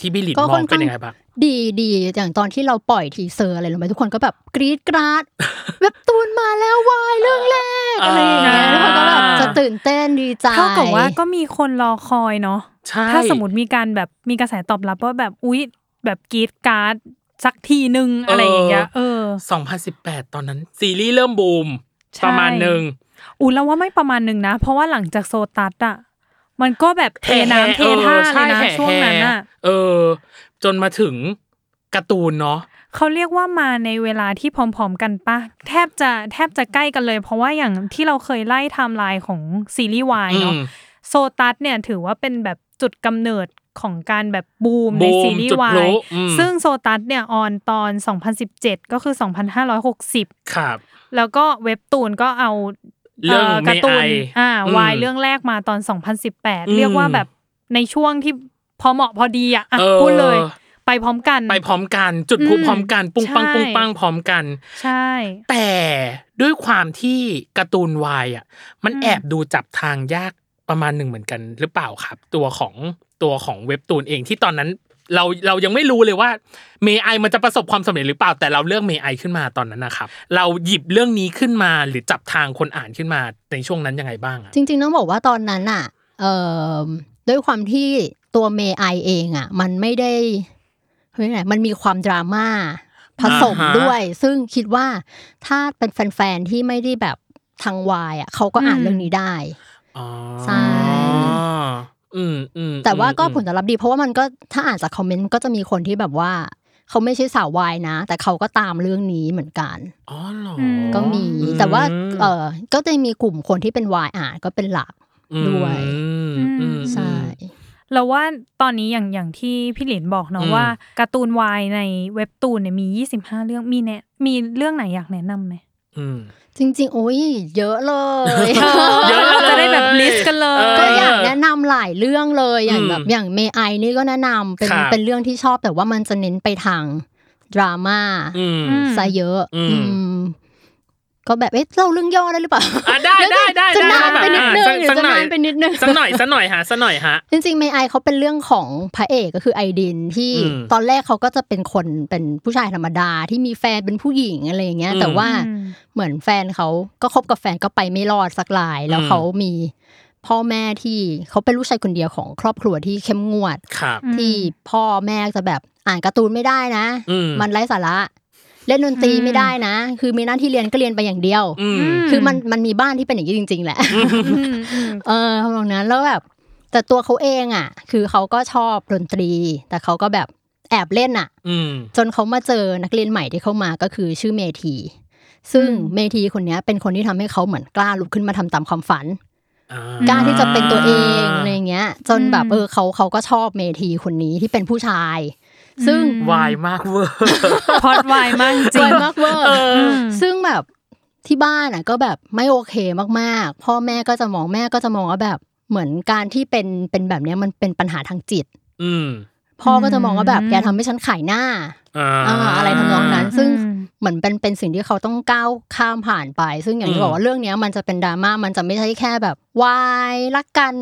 ที่พี่หลิน ก็ ม ค่ อ องน เป็น ข้าง ยังไงบ้าง ดีดีอย่างตอนที่เราปล่อยทีเซอร์อะไรลงไปทุกคนก็แบบกรี๊ดกราด เว็บตูนมาแล้ววายเรื่องแรกอะไรอย่างเงี้ย อ่า ทุกคนก็แบบจะตื่นเต้นดีใจ เท่ากับว่าก็มีคนรอคอยเนาะ ใช่ ถ้าสมมติมีการแบบมีกระแสตอบรับว่าแบบอุ๊ยแบบกรีดกราร์ดสักทีนึงอะไรอย่างเงี้ยเออ 2018 ตอนนั้น ซีรีส์เริ่มบูม ใช่ ประมาณหนึ่ง อุ่นแล้วว่าไม่ประมาณหนึ่งนะ เพราะว่าหลังจากโซตัสอ่ะมันก็แบบเทน้ำเทท่าเลยนะ แห่ๆ ช่วงนั้นอ่ะ เออ จนมาถึงการ์ตูนเนาะ เขาเรียกว่ามาในเวลาที่พร้อมๆกันปะแทบจะแทบจะใกล้กันเลย เพราะว่าอย่างที่เราเคยไล่ไทม์ไลน์ของซีรีส์วายเนาะ อืม โซตัสเนี่ยถือว่าเป็นแบบจุดกำเนิดของการแบบบูมใน บูม ซีรีส์ จุด วา พลุ ย อืม ซึ่งโซตัสเนี่ยออนตอน 2017 ก็คือ 2560 ครับ แล้วก็เว็บตูนก็เอา เรื่อง May การ์ตูน I อ่า อืม วายเรื่องแรกมาตอน อืม 2018 เรียกว่าแบบในช่วงที่พอเหมาะพอดีอ่ะอ่ะ ออ พูดเลย ไปพร้อมกัน ไปพร้อมกัน จุดพลุ อืม พร้อมกัน ปุ้งปัง ใช่ ปุ้งปังพร้อมกัน ใช่ แต่ด้วยความที่การ์ตูนวายอ่ะ มัน อืม แอบดูจับทางยากประมาณหนึ่งเหมือนกันหรือเปล่าครับ ตัวของตัวของเว็บตูนเองที่ตอนนั้น เราเรายังไม่รู้เลยว่าเมไอมันจะประสบความสำเร็จหรือเปล่าแต่เราเลือกเมไอขึ้นมาตอนนั้นนะครับ เราหยิบเรื่องนี้ขึ้นมาหรือจับทางคนอ่านขึ้นมาในช่วงนั้นยังไงบ้างอะ จริงๆต้องบอกว่าตอนนั้นอ่ะเอ่อด้วยความที่ตัวเมไอเองอ่ะ มันไม่ได้เฮ้ยไงมันมีความดราม่าผสม อ่าฮะ ด้วย ซึ่งคิดว่าถ้าเป็นแฟนๆที่ไม่ได้แบบทางวายอ่ะเขาก็อ่าน อืม เรื่องนี้ได้ อ๋อ ใช่ อืมอืม แต่ว่าก็ อืม ผลตอบรับดี เพราะว่ามันก็ถ้าอ่านจากคอมเมนต์ก็จะมีคนที่แบบว่า เขาไม่ใช่สาววายนะ แต่เขาก็ตามเรื่องนี้เหมือนกัน อ๋อเหรอ ม ก็มี อืม แต่ว่าเออก็จะมีกลุ่มคนที่เป็นวายอ่านก็เป็นหลัก ด้วย อืมอืม ใช่ เราว่าตอนนี้อย่างอย่างที่พี่หลินบอก อื เนาะ ม ว่าการ์ตูนวายในเว็บตูนเนี่ยมี 25 เรื่องมีแนะมีเรื่องไหนอยากแนะนำไหม อืม จริง ๆ โอ้ยเยอะเลย เยอะเลย เราจะได้แบบลิสต์กันเล เอ ย ก็อยากแนะนำหลายเรื่องเลยอย่าง อืม แบบอย่างเมไอนี่ก็แนะนำเป็น ครับ เป็นเรื่องที่ชอบแต่ว่ามันจะเน้นไปทางดราม่า อืม ม ซะเยอะ อืม อืมก็แบบเอ๊ะเล่าเรื่องย่อได้หรือเปล่า อ่ะได้ได้ได้ จะ ได้ นานไปนิดนึง อ่ะ หรือ สักหน่อนจะาย นไปนิดนึง สักหน่อยสักหน่อยฮะสักหน่อยฮะ จริงๆเมไอเขาเป็นเรื่องของพระเอกก็คือไอดินที่ อืม ตอนแรกเขาก็จะเป็นคนเป็นผู้ชายธรรมดาที่มีแฟนเป็นผู้หญิงอะไรอย่างเงี้ย อืม แต่ว่า อืม เหมือนแฟนเขาก็คบกับแฟนก็ไปไม่รอดสักลาย แล้ว อืม เขามีพ่อแม่ที่เขาเป็นลูกชายคนเดียวของครอบครัวที่เข้มงวด ครับ ที่พ่อแม่จะแบบอ่านการ์ตูนไม่ได้นะ อืม มันไร้สาระ เล่นดนตรี อืม ไม่ได้นะ คือมีหน้าที่เรียนก็เรียนไปอย่างเดียว อืม คือมันมันมีบ้านที่เป็นอย่างนี้จริง ๆ แหละ อืมอืม เออทำนองนั้นแล้วแบบแต่ตัวเขาเองอ่ะ คือเขาก็ชอบดนตรี แต่เขาก็แบบแอบเล่นอ่ะ อืม จนเขามาเจอนักเรียนใหม่ที่เข้ามาก็คือชื่อเมที ซึ่ง อืม เมทีคนเนี้ยเป็นคนที่ทำให้เขาเหมือนกล้าลุกขึ้นมาทำตามความฝัน อ่ กล้าที่จะเป็นตัวเองอะไรอย่างเงี้ย จนแบบเออเขาเขาก็ชอบเมทีคนนี้ที่เป็นผู้ชาย ซึ่ง วายมากเวอร์ พอดวายมากจ ร ริ ว ง ยมากเวอร์ เออ ซึ่งแบบที่บ้านอ่ะก็แบบไม่โอเคมากๆ พ่อแม่ก็จะมองแม่ก็จะมองว่าแบบเหมือนการที่เป็นเป็นแบบเนี้ยมันเป็นปัญหาทางจิต อืม พ่อก็จะมองว่าแบบ อืม แกทำให้ฉันขายหน้า อ่า อ่าอะไรทำนองนั้น ซึ่ง อืม เหมือนเป็นเป็นสิ่งที่เขาต้องก้าวข้ามผ่านไป ซึ่งอย่างที่บอกว่าเรื่องเนี้ยมันจะเป็นดราม่ามันจะไม่ใช่แค่แบบวายรักกัน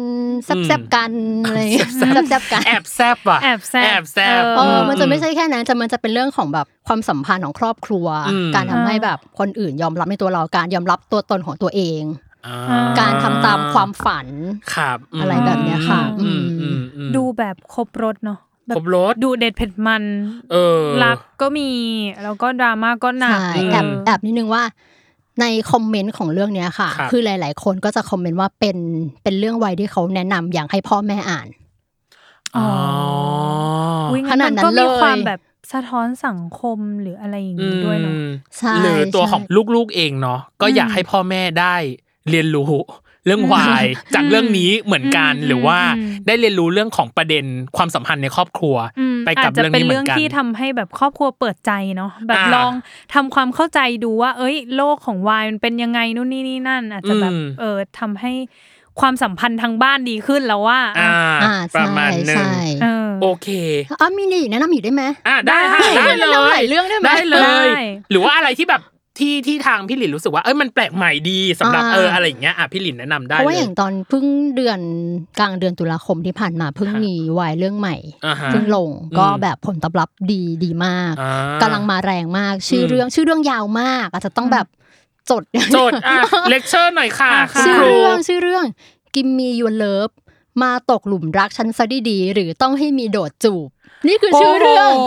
แซบๆกันอะไรอย่างเงี้ยแซบๆกัน แอบแซบว่ะ แอบแซบ แอบแซบ เ เออมันจะไม่ใช่แค่นั้นแต่มันจะเป็นเรื่องของแบบความสัมพันธ์ของครอบครัว อืม การทำให้แบบคนอื่นยอมรับในตัวเรา การยอมรับตัวตนของตัวเอง อ่ การทำตามความฝัน ครับม อะไรแบบเนี้ยค่ะ อืม อื อื ม มอืม ดูแบบครบรถเนาะแ ครบรถ ดูเด็ดเผ็ดมัน เออ รักก็มี แล้วก็ดราม่าก็หนัก ใช่แอบ เ แอบนิดนึงว่าในคอมเมนต์ของเรื่องเนี้ยค่ะ ครับ คือหลาย ๆ คนก็จะคอมเมนต์ว่าเป็นเป็นเรื่องวัยที่เขาแนะนำอย่างให้พ่อแม่อ่าน อ๋อ อุ๊ย ขนาดนั้น มัก็มี เลย ความแบบสะท้อนสังคมหรืออะไรอย่างนี้ด้วยเนาะ อืม ใช่ หรือตัว ใช่ ของลูกๆเองเนาะก็ อืม อยากให้พ่อแม่ได้เรียนรู้เรื่อง อืม วายจาก อืม เรื่องนี้เหมือนกัน อืม หรือว่า อืม ได้เรียนรู้เรื่องของประเด็นความสัมพันธ์ในครอบครัว อืม ไป อา กั จ บ จะ เรื่อง เป็น นี้เหมื เรื่อ อง นกัน ที่ทำให้แบบครอบครัวเปิดใจเนาะแบบ อ่า ลองทำความเข้าใจดูว่า เอ้ย โลกของวายมันเป็นยังไงนู่นนี่นี่นั่น อาจจะแบบ อืม เออทำให้ความสัมพันธ์ทางบ้านดีขึ้นแล้วว่า อ่า อ่า ประมาณหนึ่ง ใช่ เอ ใช่ อ โอเค อ๋อมีนี่แนะนำอยู่ได้ไหม อ่ะได้ค่ะ ได้ ได้เล แนะนำห ย ลายเรื่องได้ไหม ได้เล ได้ ย หรือว่าอะไรที่แบบ ที่ที่ทางพี่หลินรู้สึกว่าเอ้ยมันแปลกใหม่ดีสำหรับ อ่า เอออะไรอย่างเงี้ยอ่ะพี่หลินแนะนำได้ เพราะว่า เล อย ย่างตอนเพิ่งเดือนกลางเดือนตุลาคมที่ผ่านมาเพิ่ง ฮะ มีวายเรื่องใหม่ อ่าฮะ เพิ่งลงก็ อืม แบบผลตอบรับดีดีมาก อ่า กำลังมาแรงมากชื่ออ ม เรื่องชื่อเรื่องยาวมาก อาจจะต้องแบบจด โจทย์อ่ะ เลคเชอร์หน่อยค่ะ อ่า คุณ ชื่อ ครู เรื่องชื่อเรื่องกิมมียูเลิฟมาตกหลุมรักฉันซะดีๆหรือต้องให้มีโดดจูบ นี่คือชื่อเรื่อง โโห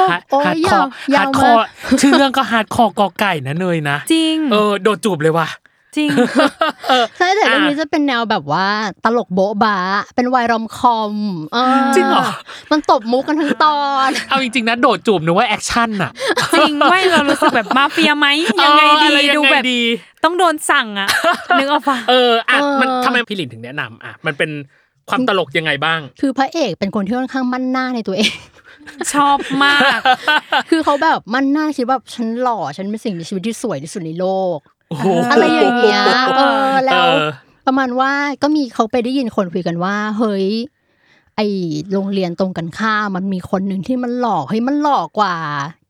บอกโอ้ยยาว ฮาย าว ร์ดคอ มาร์กชื่อเรื่องก็ฮาร์ดคอร์กอไก่นะเนยนะ จริง เออโดดจูบเลยว่ะ จริง เออ ใช่แต่เรื่อง อ่ะ นี้จะเป็นแนวแบบว่าตลกโบ๊ะบาเป็นวายรอมคอมเออ จริงเหรอ มันตบมุกกันทั้งตอน เอาจริงๆนะโดดจูบนึกว่าแอคชั่นอะ จริงเว้ยเรารู้สึกแบบมาเฟียไหมยังไง เออ ดี อะไรยัง ดู ไง แบบ ดี ต้องโดนสั่งอะนึกออกปะ เอออ่ะมันทำไมพี่หลินถึงแนะนำอ่ะมันเป็นความตลกยังไงบ้าง คือพระเอกเป็นคนที่ค่อนข้างมั่นหน้าในตัวเอง ชอบมาก คือเขาแบบมั่นหน้าคิดว่าฉันหล่อฉันเป็นสิ่งมีชีวิตที่สวยที่สุดในโลก โอ้โห เ อะไรอย่างเงี้ยเออ เอ แล้ว อ ประมาณว่าก็มีเขาไปได้ยินคนคุยกันว่า เฮ้ยไอโรงเรียนตรงกันข้ามมันมีคนหนึ่งที่มันหลอกเฮ้ยมันหลอกกว่า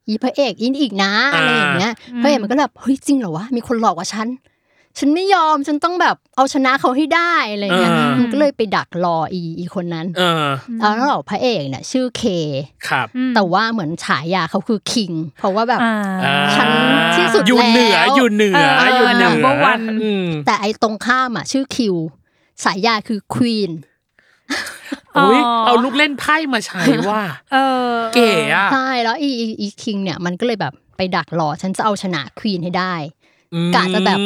อีพระเอกอินอีกนะอะไรอย่างเงี้ย อ่า พระเอกมันก็แบบเฮ้ยจริงเหรอวะมีคนหลอกกว่าฉันฉันไม่ยอมฉันต้องแบบเอาชนะเขาให้ได้อะไรอย่างเงี้ย อ่ามั มันก็เลยไปดักรออีอีคนนั้น เออ เอาแล้วหรอกพระเอกเนี่ยชื่อเค ครับ อืม แต่ว่าเหมือนฉายาเขาคือคิง เพราะว่าแบบ อ่า อ่า ฉันที่สุด อยู่เหนือ แล้ว อยู่เหนือ เออ อ อยู่ เหนือ number one อืม แต่ไอตรงข้ามอ่ะชื่อคิวฉายาคือควีน อ๋อ อุ๊ย อ เอาลูกเล่นไพ่มาใช้ว่า เออ เก๋อะ ใช่แล้วอีอีอีคิงเนี่ยมันก็เลยแบบไปดักรอฉันจะเอาชนะควีนให้ได้ กะจะแบบ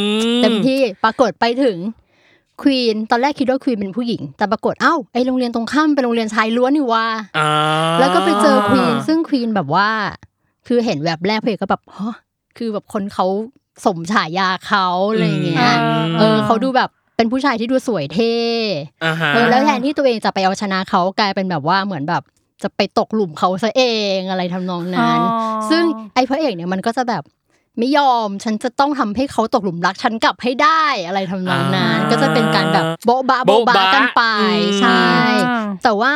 เต็มที่ปรากฏไปถึงควีนตอนแรกคิดว่าควีนเป็นผู้หญิง แต่ปรากฏเอ้าไอโรงเรียนตรงข้ามเป็นโรงเรียนชายล้วนนี่ว่า อ่า แล้วก็ไปเจอควีนซึ่งควีนแบบว่า คือเห็นแวบแรกเพลก็แบบฮะคือแบบคนเขาสมฉายาเขาอะไรอย่างเงี้ย ม เออเขาดูแบบเป็นผู้ชายที่ดูสวยเท่ อ่าฮะ เออแล้วแทนที่ตัวเองจะไปเอาชนะเขากลายเป็นแบบว่าเหมือนแบบจะไปตกหลุมเขาซะเองอะไรทำนอง อ๋อ นั้น ซึ่งไอ้พระเอกเนี่ยมันก็จะแบบไม่ยอมฉันจะต้องทำให้เขาตกหลุมรักฉันกลับให้ได้อะไรทำนองนั้นก็จะเป็นการแบบโบ๊ะบะโบ๊ะบะกันไปใช่ อ่า แต่ว่า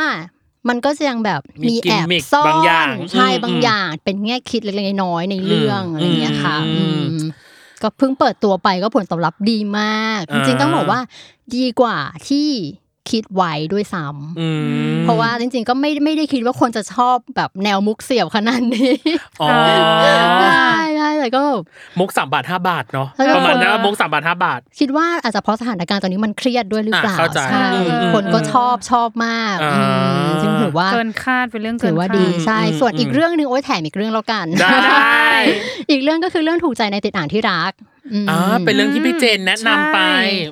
มันก็จะยังแบบมีแอบซ่อนใช่บางอย่างเป็นแง่คิดเล็กๆน้อยๆในเรื่องอะไรเงี้ยค่ะก็เพิ่งเปิดตัวไปก็ผลตอบรับดีมาก จริงๆต้องบอกว่าดีกว่าที่คิดไว้ด้วยซ้ำ อืม เพราะว่าจริงๆก็ไม่ไม่ได้คิดว่าคนจะชอบแบบแนวมุกเสี่ยวขนาดนี้ อ๋อ ใช่ใช่แต่ก็ มุกสามบาทห้าบาทเนาะ แล้วก็ ประมาณนั้นว่ามุกสามบาทห้าบาท คิดว่าอาจจะเพราะสถานการณ์ตอนนี้มันเครียดด้วยหรือเปล่า อ่ะเข้าใจ ใช่ อืมอืม คนก็ อืม ชอบชอบมาก อ่า อืมซึ่งถือว่า เกินคาดเป็นเรื่องเกิ ถื น อว่า คา ดี ด ใช่ อืม ส่วน อืม อีกเรื่องหนึ่งโอ้ยแถมอีกเรื่องแล้วกัน ได้ อีกเรื่องก็คือเรื่องถูกใจในติดอ่างที่รักม อ่าเป็นเรื่องที่พี่เจนแนะนำไป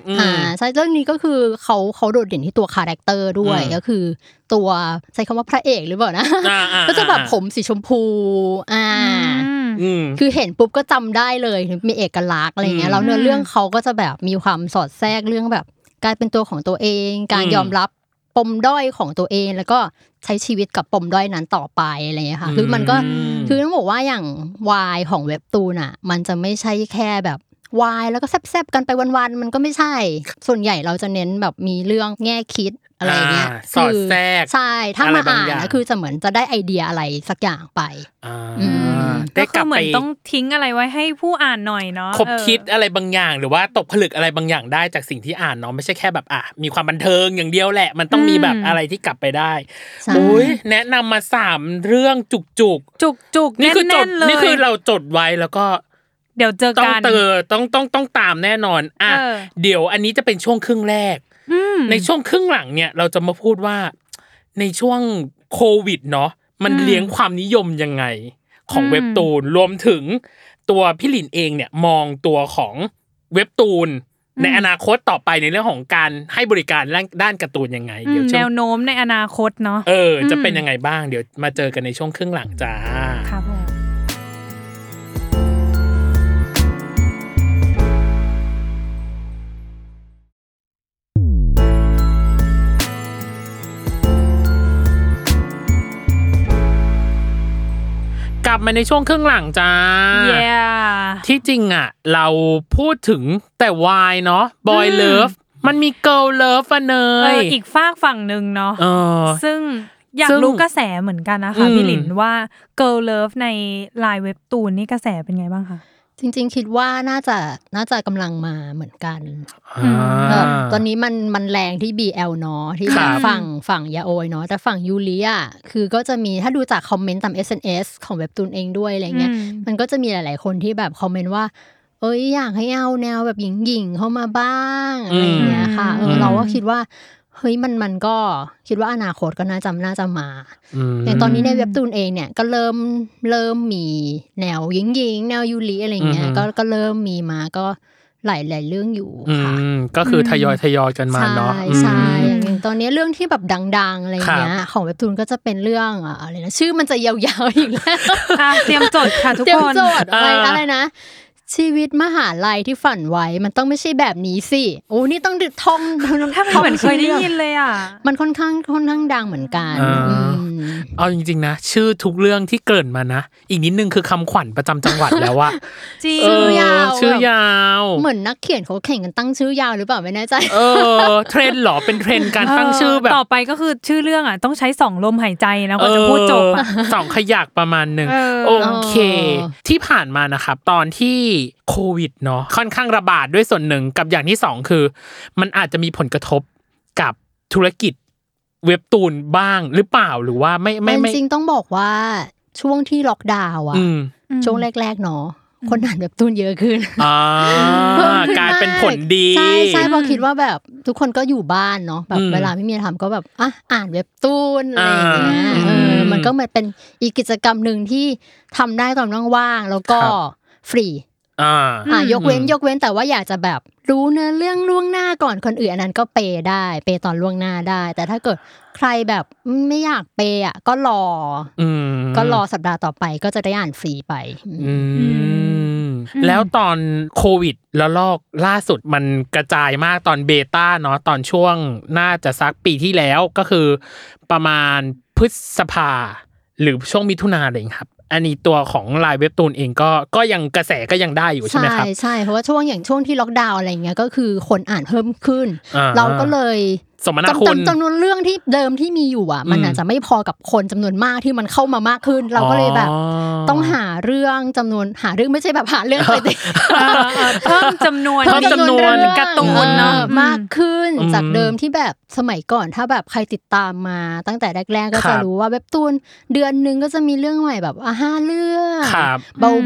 อืม อ่าใช่เรื่องนี้ก็คือเขาเขาโดดเด่นที่ตัวคาแรคเตอร์ด้วย อืม ก็คือ ตัวใช้คำว่าพระเอกหรือเปล่านะ อ่าอ่า ก็จะแบบผมสีชมพูอ่า อืม คือเห็นปุ๊บก็จำได้เลยมีเอกลักษณ์อะไรเงี้ อื ย ม แล้วเนื้อเรื่องเขาก็จะแบบมีความสอดแทรกเรื่องแบบ การเป็นตัวของตัวเอง การ อืม ยอมรับปมด้อยของตัวเอง แล้วก็ใช้ชีวิตกับปมด้อยนั้นต่อไปอะไรเงี้ยค่ะคือมันก็ อืม คือต้องบอกว่าอย่างวายของเว็บตูนอ่ะ มันจะไม่ใช่แค่แบบวายแล้วก็แซบๆกันไปวันๆมันก็ไม่ใช่ ส่วนใหญ่เราจะเน้นแบบมีเรื่องแง่คิดอะไรเงี้ย อ่าสอดแทรก คือใช่ถ้า อะไร มา บาง อ่าน อย่าง นะคือจะเหมือนจะได้ไอเดียอะไรสักอย่างไป อ่า อืม ได้กลัก็คือบเหมื ไป อนต้องทิ้งอะไรไว้ให้ผู้อ่านหน่อยเนาะ คบ เออ คิดอะไรบางอย่าง หรือว่าตกผลึกอะไรบางอย่างได้จากสิ่งที่อ่านเนาะไม่ใช่แค่แบบอ่ะมีความบันเทิงอย่างเดียวแหละ มันต้องมีแบบอะไรที่กลับไปได้ ใช่ อุ้ยแนะนำมาสามเรื่องจุกจุก จุกจุก ๆนี่คือจ แน่ ด นๆเลย นี่คือเราจดไว้แล้วก็ เดี๋ยวเจอ ต้อง กัน เตอต้องต้องต้องตามแน่นอนอ่ะ เออ เดี๋ยวอันนี้จะเป็นช่วงครึ่งแรก อืม ในช่วงครึ่งหลังเนี่ยเราจะมาพูดว่าในช่วงโควิดเนาะมัน อืม เลี้ยงความนิยมยังไง ของ อืม เว็บตูนรวมถึงตัวพี่หลินเองเนี่ยมองตัวของเว็บตูน ในอนาคตต่อไปในเรื่องของการให้บริการด้านด้านการ์ตูนยังไง อื เดี๋ยวมแน ช่ว ว ง โน้มในอนาคตเนาะ เอออ ม จะเป็นยังไงบ้างเดี๋ยวมาเจอกันในช่วงครึ่งหลังจ้า ครับผม กลับมาในช่วงครึ่งหลังจ้า yeah ที่จริงอ่ะ เราพูดถึงแต่วายเนาะบอย อืม เลิฟมันมีเกิร์ลเลิฟอะเน เออย อีกฝากฝั่งหนึ่งเนาะ เออ ซึ่ง อยาก ซึ่ง รู้กระแสเหมือนกันนะคะ อืม พี่หลินว่า Girl Love ในลายเว็บตูนนี่กระแสเป็นไงบ้างคะ จริง ๆ คิดว่าน่าจะน่าจะกำลังมาเหมือนกัน อืม อ่า เออตอนนี้มันมันแรงที่ BL เนาะที่ ครับ ฝั่งฝั่งยาโอยเนาะแต่ฝั่งยูริอ่ะคือก็จะมีถ้าดูจากคอมเมนต์ตาม SNS ของเว็บตูนเองด้วยอะไรเงี้ย อืม มันก็จะมีหลาย ๆ คนที่แบบคอมเมนต์ว่า เอ้ยอยากให้เอาแนวแบบหญิง ๆ เข้ามาบ้าง อืม อะไรอย่างเงี้ยค่ะเออ ม เราก็คิดว่าเฮ้ยมันมันก็คิดว่าอนาคตก็น่าจะน่าจะมา ม อย่างตอนนี้ใน อืม เว็บตูนเองเนี่ยก็เริ่มเริ่มมีแนวหญิง ๆ แนวยูริอะไรอย่างเงี้ย อืม ก็ก็เริ่มมีมาก็หลายหลายๆเรื่องอยู่ อื ค่ะ มก็คือทยอยทยอยกันมา ใช่ เนาะ ใช่ อืม อย่างตอนนี้เรื่องที่แบบดัง ๆ อะไรอย่างเงี้ยของเว็บตูนก็จะเป็นเรื่องอ่ะอะไรนะชื่อมันจะยาวๆอีกแล้ว อ่ะเตรียมจดค่ะทุก เตรีย ค ม น โจทย์อะไร อ่า อะไรนะ ชีวิตมหาลัยที่ฝันไว้มันต้องไม่ใช่แบบนี้สิโอ้นี่ต้องดึกท่อง ถ้ามันเหมือนเคยได้ยินเลยอ่ะ มันค่อนข้างค่อนข้างดังเหมือนกัน อ่า อืม เอาจริงๆนะชื่อทุกเรื่องที่เกริ่นมานะ อีกนิดนึงคือคำขวัญประจำจังหวัดแล้วอะ จริง เอชื่อยาว เหมือนนักเขียนเขาแข่งกันตั้งชื่อยาวหรือเปล่าไม่แน่ใจ เออ เทรนด์เหรอเป็นเทรนด์การตั้ง เ ชื่อแบบ ต่อไปก็คือชื่อเรื่องอ่ะต้องใช้สองลมหายใจนะกว่าจะ เออ พูดจบอ่ะ สองขยักประมาณหนึ่ง เออ โอเค อ๋อ ที่ผ่านมานะครับ ตอนที่โควิดเนาะค่อนข้างระบาดด้วยส่วนหนึ่งกับอย่างที่สองคือ มันอาจจะมีผลกระทบกับธุรกิจเว็บตูนบ้างหรือเปล่าหรือว่าไม่ไม่ไม่ จริงๆต้องบอกว่าช่วงที่ล็อกดาวน์อะ อืม ช่วงแรกๆเนาะคนอ่านแบบตูนเยอะขึ้น อ่า เพิ่ม ขึ้น กลายเป็น ม ผลดี ใช่ใช่เพ อื ราะ ม คิดว่าแบบทุกคนก็อยู่บ้านเนาะแบ อื บ ม เวลาไม่มีอะไรทำก็แบบอ่ะอ่านเว็บตูนอะไรอย่างเงี้ย อ่า เออ ม มันก็เหมือนเป็นอีกกิจกรรมหนึ่งที่ทำได้ตอนว่างๆแล้วก็ฟรี อ่า อ่ะ อืม ยกเว้น อืม ยกเว้นแต่ว่าอยากจะแบบรู้เนื้อเรื่องล่วงหน้าก่อนคนอื่นอันนั้นก็เปย์ได้ เปย์ตอนล่วงหน้าได้ แต่ถ้าเกิดใครแบบไม่อยากเปย์อ่ะก็รอ อืม อก็รอสัปดาห์ต่อไปก็จะได้อ่านฟรีไปอืม อืม อืม แล้วตอนโควิดแล้วลอกล่าสุดมันกระจายมากตอนเบต้าเนาะตอนช่วงน่าจะสักปีที่แล้วก็คือ ประมาณพฤษภา หรือช่วงมิถุนาอะไรอย่างเงี้ยครับ อันนี้ตัวของลายเว็บตูนเองก็ก็ยังกระแสก็ยังได้อยู่ใช่ไหมครับ ใช่เพราะว่าช่วงอย่างช่วงที่ล็อกดาวน์อะไรเงี้ยก็คือคนอ่านเพิ่มขึ้น อ่า เราก็เลย สมนา จำ คุณ จำจำนวนเรื่องที่เดิมที่มีอยู่อ่ะ มัน อืม อาจจะไม่พอกับคนจำนวนมากที่มันเข้ามามากขึ้น เราก็เลยแบบ อ๋อ ต้องหาเรื่องจำนวนหาเรื่องไม่ใช่แบบหาเรื่องไปติ เออเออเพิ่มจำนวน เพิ่มจำนวน เรื่องการ์ตูนเนาะ ออมากขึ้น อืม จากเดิมที่แบบสมัยก่อนถ้าแบบใครติดตามมาตั้งแต่แรก ๆ ก็ ครั จะ บ รู้ว่าเว็บตูนเดือนหนึงก็จะมีเรื่องใหม่แบบอ่ะห้าเรื่อง ครับ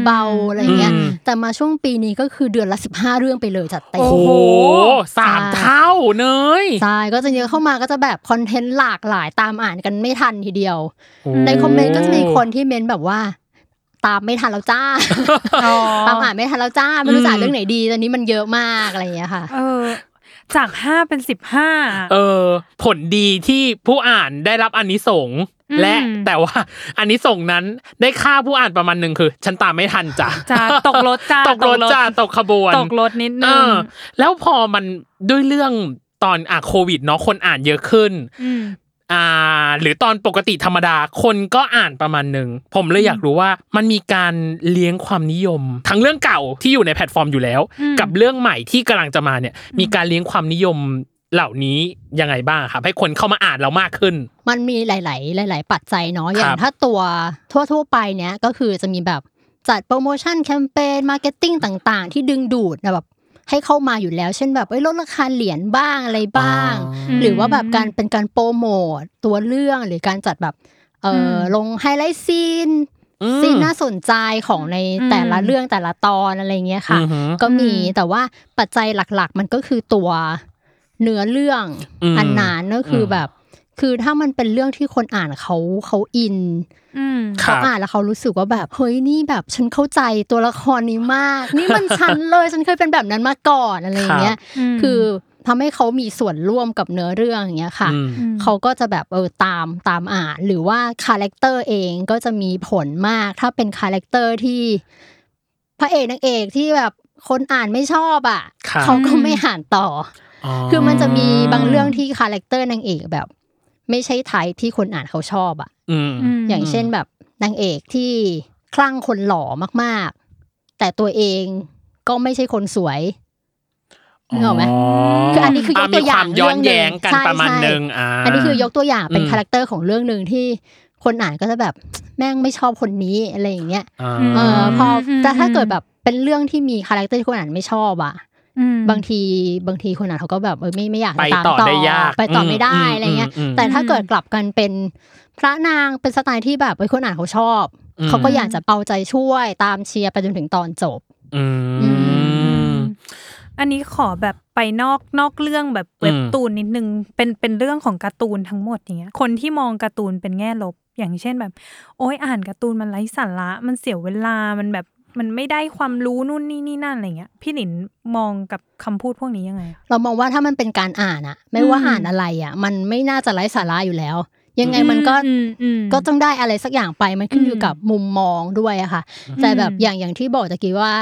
เบาๆอะไรเงี้ย อืม แต่มาช่วงปีนี้ก็คือเดือนละ 15 เรื่องไปเลยจัดเต็ โอ้ ม โหสาม ใช่ เท่าเนย ใช่ก็จะเยอะเข้ามาก็จะแบบคอนเทนต์หลากหลายตามอ่านกันไม่ทันทีเดียว โอ้ ในคอมเมนต์ก็จะมีคนที่เม้นแบบว่า ตามไม่ทันแล้วจ้า อ๋อ ตามอ่านไม่ทันแล้วจ้าไม่รู้จะอ่าอืนม เรื่องไหนดีตอนนี้มันเยอะมากอะไรอย่างเงี้ยค่ะ เออ จากห้าเป็นสิบห้า เออผลดีที่ผู้อ่านได้รับอันนี้สงส์ อืม และแต่ว่าอันนี้ส่งส์นั้นได้ค่าผู้อ่านประมาณหนึ่งคือ ฉันตามไม่ทันจ้ะ จะตกรถจ้า ตกรถจ้ะตกขบวน ตกรถนิด เอ นึง อแล้วพอมันด้วยเรื่องตอนอ่ะโควิดเนาะคนอ่านเยอะขึ้น ม อ่าหรือตอนปกติธรรมดาคนก็อ่านประมาณหนึ่งผมเลยอยากรู้ว่ามันมีการเลี้ยงความนิยม ทั้งเรื่องเก่าที่อยู่ในแพลตฟอร์มอยู่แล้ว อืม กับเรื่องใหม่ที่กำลังจะมาเนี่ย มีการเลี้ยงความนิยมเหล่านี้ยังไงบ้างครับ ให้คนเข้ามาอ่านเรามากขึ้น มันมีหลาย ๆ หลาย ๆ ปัจจัยเนาะ อย่า ค ง รับ ถ้าตัวทั่ว ๆ ไปเนี้ยก็คือจะมีแบบจัดโปรโมชั่นแคมเปญมาร์เก็ตติ้งต่าง ๆ ที่ดึงดูดนะแบบให้เข้ามาอยู่แล้ว เช่นแบบเอ้ยลดราคาเหรียญบ้างอะไรบ้าง อืม หรือว่าแบบการเป็นการโปรโมตตัวเรื่องหรือการจัดแบบเอออ ม ลงไฮไลท์ซีน อืม ซีนน่าสนใจของใน อืม แต่ละเรื่องแต่ละตอนอะไรเงี้ยค่ะ อือหือ ก็มี อืม แต่ว่าปัจจัยหลักๆ มันก็คือตัวเนื้อเรื่อง อืม อันนั้นก็คืออ ม แบบ คือถ้ามันเป็นเรื่องที่คนอ่านเขาเขาอิน อืม ครั เขา บ อ่านแล้วเขารู้สึกว่าแบบเฮ้ยนี่แบบฉันเข้าใจตัวละครนี้มาก นี่มันฉันเลยฉันเคยเป็นแบบนั้นมาก่อนอะไรอย่างเงี้ย อืม คือทำให้เขามีส่วนร่วมกับเนื้อเรื่องอย่างเงี้ยค่ะ อืม อืม เขาก็จะแบบเออตามตามอ่านหรือว่าคาแรคเตอร์เองก็จะมีผลมากถ้าเป็นคาแรคเตอร์ที่พระเอกนางเอกที่แบบคนอ่านไม่ชอบอ่ะ ครับ เขาก็ไม่อ่านต่อ อ๋อ อคือมันจะมีบางเรื่องที่คาแรคเตอร์นางเอกแบบ ไม่ใช่ไทป์ที่คนอ่านเขาชอบอ่ะ อืม ม อย่างเช่นแบบนางเอกที่คลั่งคนหล่อมากๆ แต่ตัวเองก็ไม่ใช่คนสวย นึกออกไหม คืออันนี้คือยกตัวอย่าง มีคมย้อนแย้งกันปเรื่องหนึ่งระมาณ ใช่ หนึ่งอ่า อันนี้คือยกตัวอย่างเป็น อืม คาแรคเตอร์ของเรื่องหนึ่งที่คนอ่านก็จะแบบแม่งไม่ชอบคนนี้อะไรอย่างเงี้ย อ่า เออพออ ม แต่ถ้าเกิดแบบเป็นเรื่องที่มีคาแรคเตอร์ที่คนอ่านไม่ชอบอ่ะ อืม บางทีบางทีคนอ่านเขาก็แบบเออไม่ไม่อยาก ไปต่อ ตาม ได้ยาก ไปต่ออ ม ไม่ได้ อืม อะไรเงี้ย อืมอืม แต่ถ้าเกิดกลับกันเป็นพระนางเป็นสไตล์ที่แบบเอ้ยคนอ่านเขาชอบ อืม เขาก็อยากจะเอาใจช่วยตามเชียร์ไปจนถึงตอนจบ อื อื ม อันนี้ขอแบบไปนอกนอกเรื่องแบบเว็บ อืม ตูนนิดนึงเป็นเป็นเรื่องของการ์ตูนทั้งหมดอย่างเงี้ยคนที่มองการ์ตูนเป็นแง่ลบ อย่างเช่นแบบ โอ้ยอ่านการ์ตูนมันไร้สาระมันเสียเวลามันแบบมันไม่ได้ความรู้นู่นนี่นี่นั่นอะไรเงี้ยพี่หลินมองกับคำพูดพวกนี้ยังไงอะ เรามองว่าถ้ามันเป็นการอ่านอะไม่ว่า อืม อ่านอะไรอะมันไม่น่าจะไร้สาระอยู่แล้ว ยังไงมันก็ อืมอืม ก็ต้องได้อะไรสักอย่างไปมันขึ้นอยู่ อืม กับมุมมองด้วยอะค่ะ แต่แบบอย่างอย่างที่บอกตะกี้ว่า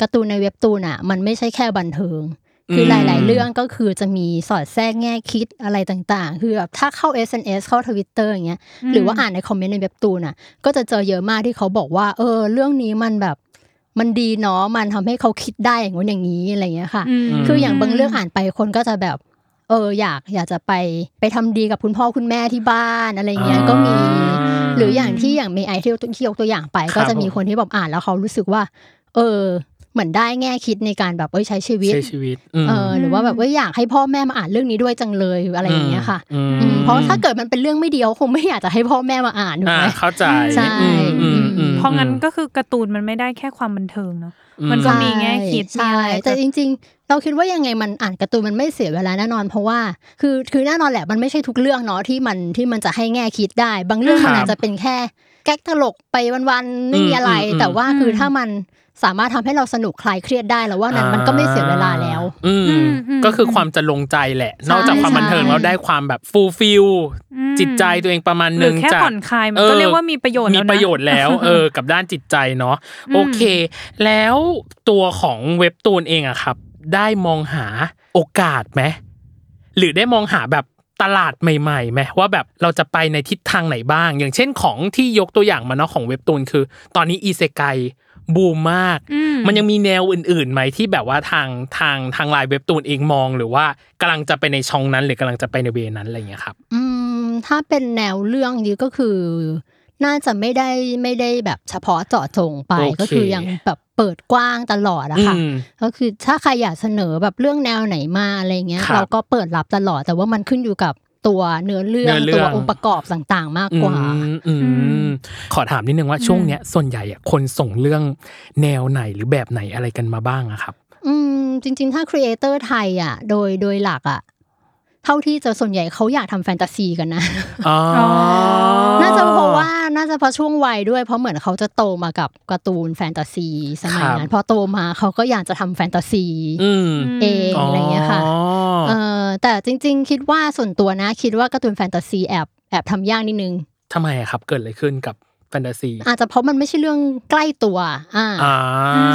การ์ตูนในเว็บตูนอะมันไม่ใช่แค่บันเทิง คือหลาย ๆ เรื่องก็คือจะมีสอดแทรกแง่คิดอะไรต่าง ๆ คือแบบถ้าเข้า SNS เข้าทวิตเตอร์อย่างเงี้ยหรือว่าอ่านในคอมเมนต์ในเว็บตูนอ่ะก็จะเจอเยอะมากที่เขาบอกว่า เออ เรื่องนี้มันแบบมันดีเนาะมันทำให้เขาคิดได้อย่างนู้นอย่างนี้อะไรอย่างเงี้ยค่ะ ม อื คืออย่างบางเรื่องอ่านไปคนก็จะแบบ เอออยากอยากจะไปไปทำดีกับคุณพ่อคุณแม่ที่บ้านอะไรอย่างเงี้ยก็มี หรืออย่างที่อย่างเมไอที่ยกตัวที่ยกตัวอย่างไป ครับ ก็จะมี ผม คนที่แบบอ่านแล้วเขารู้สึกว่า เออ เหมือนได้แง่คิดในการแบบเอ้ยใช้ชีวิต ใช้ชีวิตม เออหรือว่าแบบเอ้ยอยากให้พ่อแม่มาอ่านเรื่องนี้ด้วยจังเลยอะไรอย่างเงี้ยค่ะ อืม อืมเพราะถ้าเกิดมันเป็นเรื่องไม่ดีเขาคงไม่อยากจะให้พ่อแม่มาอ่านถูก อ่า ไหม เข้าใจ ใช่ อืมอืมอืม เพราะงั้นก็คือการ์ตูนมันไม่ได้แค่ความบันเทิงเนาะ อื มันก็ มีแง่คิดมี ใช่ อะไร แต่จริง ๆ เราคิดว่ายังไงมันอ่านการ์ตูนมันไม่เสียเวลาแน่นอน เพราะว่าคือคือแน่นอนแหละมันไม่ใช่ทุกเรื่องเนาะที่มันที่มันจะให้แง่คิดได้ บางเรื่อง ครั มั บ นอาจจะเป็นแค่แก๊กตลกไปวันๆไม่มีอะไร อืมอืม แต่ว่าคือถ้ามันสามารถทำให้เราสนุกคลายเครียดได้แล้วว่านั้นมันก็ไม่เสียเวลาแล้ว อืม อืมอืม ก็คือความจะลงใจแหละ นอกจากความบันเทิงแล้วได้ความแบบฟูลฟิล อืม จิตใจตัวเองประมาณ ห ห รื นึ่ อง แค่ จาก ผ่อนคลายมัน เอ ก็ อ เรียกว่ามีประโยชน์ มี แล้วนะ ประโยชน์ แล้ว เออ กับด้านจิตใจเนาะ อืม โอเค แล้วตัวของเว็บตูนเองอะครับ ได้มองหาโอกาสไหมหรือได้มองหาแบบตลาดใหม่ๆไหมว่าแบบเราจะไปในทิศทางไหนบ้าง อย่างเช่นของที่ยกตัวอย่างมาเนาะของเว็บตูนคือ ตอนนี้อีเซไกบูมมาก อื มันยังมีแนวอื่นๆไหมที่แบบว่าทางทางทางลายเว็บตูนเองมองหรือว่ากำลังจะไปในช่องนั้น หรือกำลังจะไปในเวนั้นอะไรอย่างเงี้ยครับ อืมถ้าเป็นแนวเรื่องนี้ก็คือ น่าจะไม่ได้ไม่ได้แบบเฉพาะเจาะจงไป โอเค ก็คือยังแบบเปิดกว้างตลอดอะค่ะ อืม ก็คือถ้าใครอยากเสนอแบบเรื่องแนวไหนมาอะไรเงี้ย ครับ เราก็เปิดรับตลอดแต่ว่ามันขึ้นอยู่กับตัวเนื้อเรื่อง เนื้อเรื่ ตั อ ว ง องค์ประกอบต่างๆ มากกว่า อืมอืม อืม ขอถามนิดนึงว่า อืม ช่วงเนี้ยส่วนใหญ่อะคนส่งเรื่องแนวไหนหรือแบบไหนอะไรกันมาบ้างอะครับ อืมจริง ๆ ถ้าครีเอเตอร์ไทยอ่ะโดยโดยหลักอ่ะเท่าที่เจะส่วนใหญ่เขาอยากทำแฟนตาซีกันนะ อ๋อ น่าจะเพราะว่าน่าจะเพราะช่วงวัยด้วย เพราะเหมือนเขาจะโตมากับการ์ตูนแฟนตาซีสมัย ครั นั้ บ นพอโตมาเขาก็อยากจะทำแฟนตาซี อืม เองอะไรเงี้ยค่ะ เอ อ๋อ อแต่จริง ๆ คิดว่าส่วนตัวนะ คิดว่าการ์ตูนแฟนตาซีแอบแอบทำยากนิดนึง ทำไมอะครับเกิดอะไรขึ้นกับแฟนตาซี อาจจะเพราะมันไม่ใช่เรื่องใกล้ตัว อ่า อ่า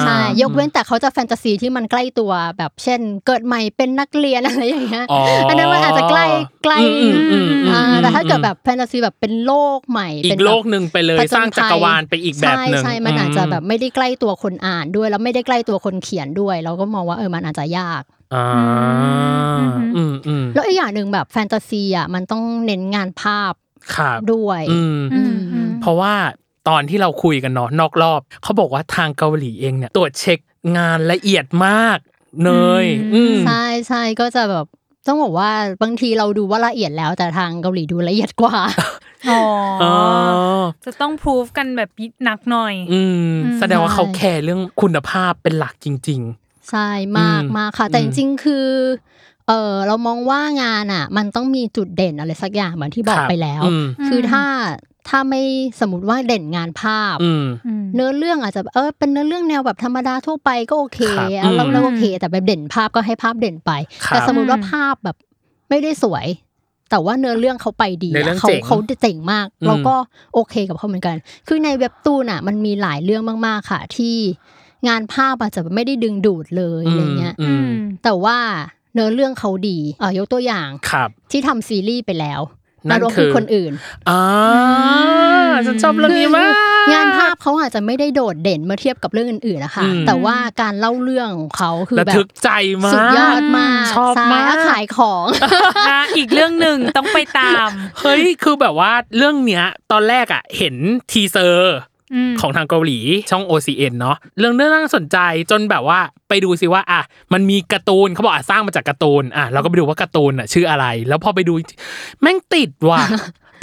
ใช่ ยกเว้นแต่เขาจะแฟนตาซีที่มันใกล้ตัวแบบเช่น เกิดใหม่เป็นนักเรียน อะไรอย่างเงี้ย อันนั้นมันอาจจะใกล้ใกล้ อืมอืมอืม อ่า อืม แต่ถ้าเกิดแบบแฟนตาซีแบบเป็นโลกใหม่ อี เป็ ก นแบบ โลกหนึ่งไปเลย ผจญภั สร้างจักรวาลไปอีกแบบหนึ่ง ใช่ใช่มันอาจจะแบบไม่ได้ใกล้ตัวคนอ่านด้วย แล้วไม่ได้ใกล้ตัวคนเขียนด้วย เราก็มองว่าเออมันอาจจะยาก อ่าอืมอืม แล้วอีกอย่างหนึ่งแบบแฟนตาซีอ่ะมันต้องเน้นงานภาพ ครับ ด้วย อืม อืมอืม เพราะว่าตอนที่เราคุยกันเนาะนอกรอบเขาบอกว่าทางเกาหลีเองเนี่ยตรวจเช็คงานละเอียดมากเนย อื อื ม ม ใช่ใช่ก็จะแบบต้องบอกว่าบางทีเราดูว่าละเอียดแล้วแต่ทางเกาหลีดูละเอียดกว่า อ๋อ อ๋อ จะต้องพูฟกันแบบหนักหน่อย อืม อืม แสดงว่าเขาแคร์เรื่องคุณภาพเป็นหลักจริง ใช่มาก อืม มากค่ะ แต่ อื จ ม ริงๆคือเออเรามองว่างานอ่ะ มันต้องมีจุดเด่นอะไรสักอย่างเหมือนที่บอก ครับ ไปแล้ว อืม คือถ้าถ้าไม่สมมติว่าเด่นงานภาพ อืม ม เนื้อเรื่องอาจจะเออเป็นเนื้อเรื่องแนวแบบธรรมดาทั่วไปก็โอเค ครับ อ่ะเรา อืม เราโอเค แต่แบบเด่นภาพก็ให้ภาพเด่นไป ครับ แต่สมมติว่า อืม ภาพแบบไม่ได้สวย แต่ว่าเนื้อเรื่องเขาไปดี เนื้อเรื่ อ่ะ อง เขา เจ๋ง เขาเจ๋งมาก อืม เราก็โอเคกับเขาเหมือนกัน คือในเว็บตูนอ่ะ มันมีหลายเรื่องมากๆค่ะ ที่งานภาพอาจจะไม่ได้ดึงดูดเลยอะไรเงี้ย อื อื ม ม แต่ว่าเนื้อเรื่องเขาดีเออยกตัวอย่าง ครับ ที่ทำซีรีส์ไปแล้ว นั่น รวม คื ถึง อ คนอื่น อ่าฉันชอบเรื่องนี้มาก งานภาพเขาอาจจะไม่ได้โดดเด่นเมื่อเทียบกับเรื่องอื่นๆนะคะ อืม แต่ว่าการเล่าเรื่องของเขาคือ ระ แบ ทึ บ กใจมาก สุดยอดมาก ชอบ ซ้ย มาก ขายของ อ่ะอีกเรื่องหนึ่งต้องไปตาม เฮ้ยคือแบบว่าเรื่องเนี้ย ตอนแรกอ่ะ เห็นทีเซอร์ ม ของทางเกาหลีช่อง OCN เนาะเรื่องเรื่องน่าสนใจจนแบบว่าไปดูสิว่าอ่ะมันมีการ์ตูนเขาบอกอ่ะสร้างมาจากการ์ตูนอ่ะเราก็ไปดูว่าการ์ตูนอ่ะชื่ออะไร แล้วพอไปดูแม่งติด ว่ะ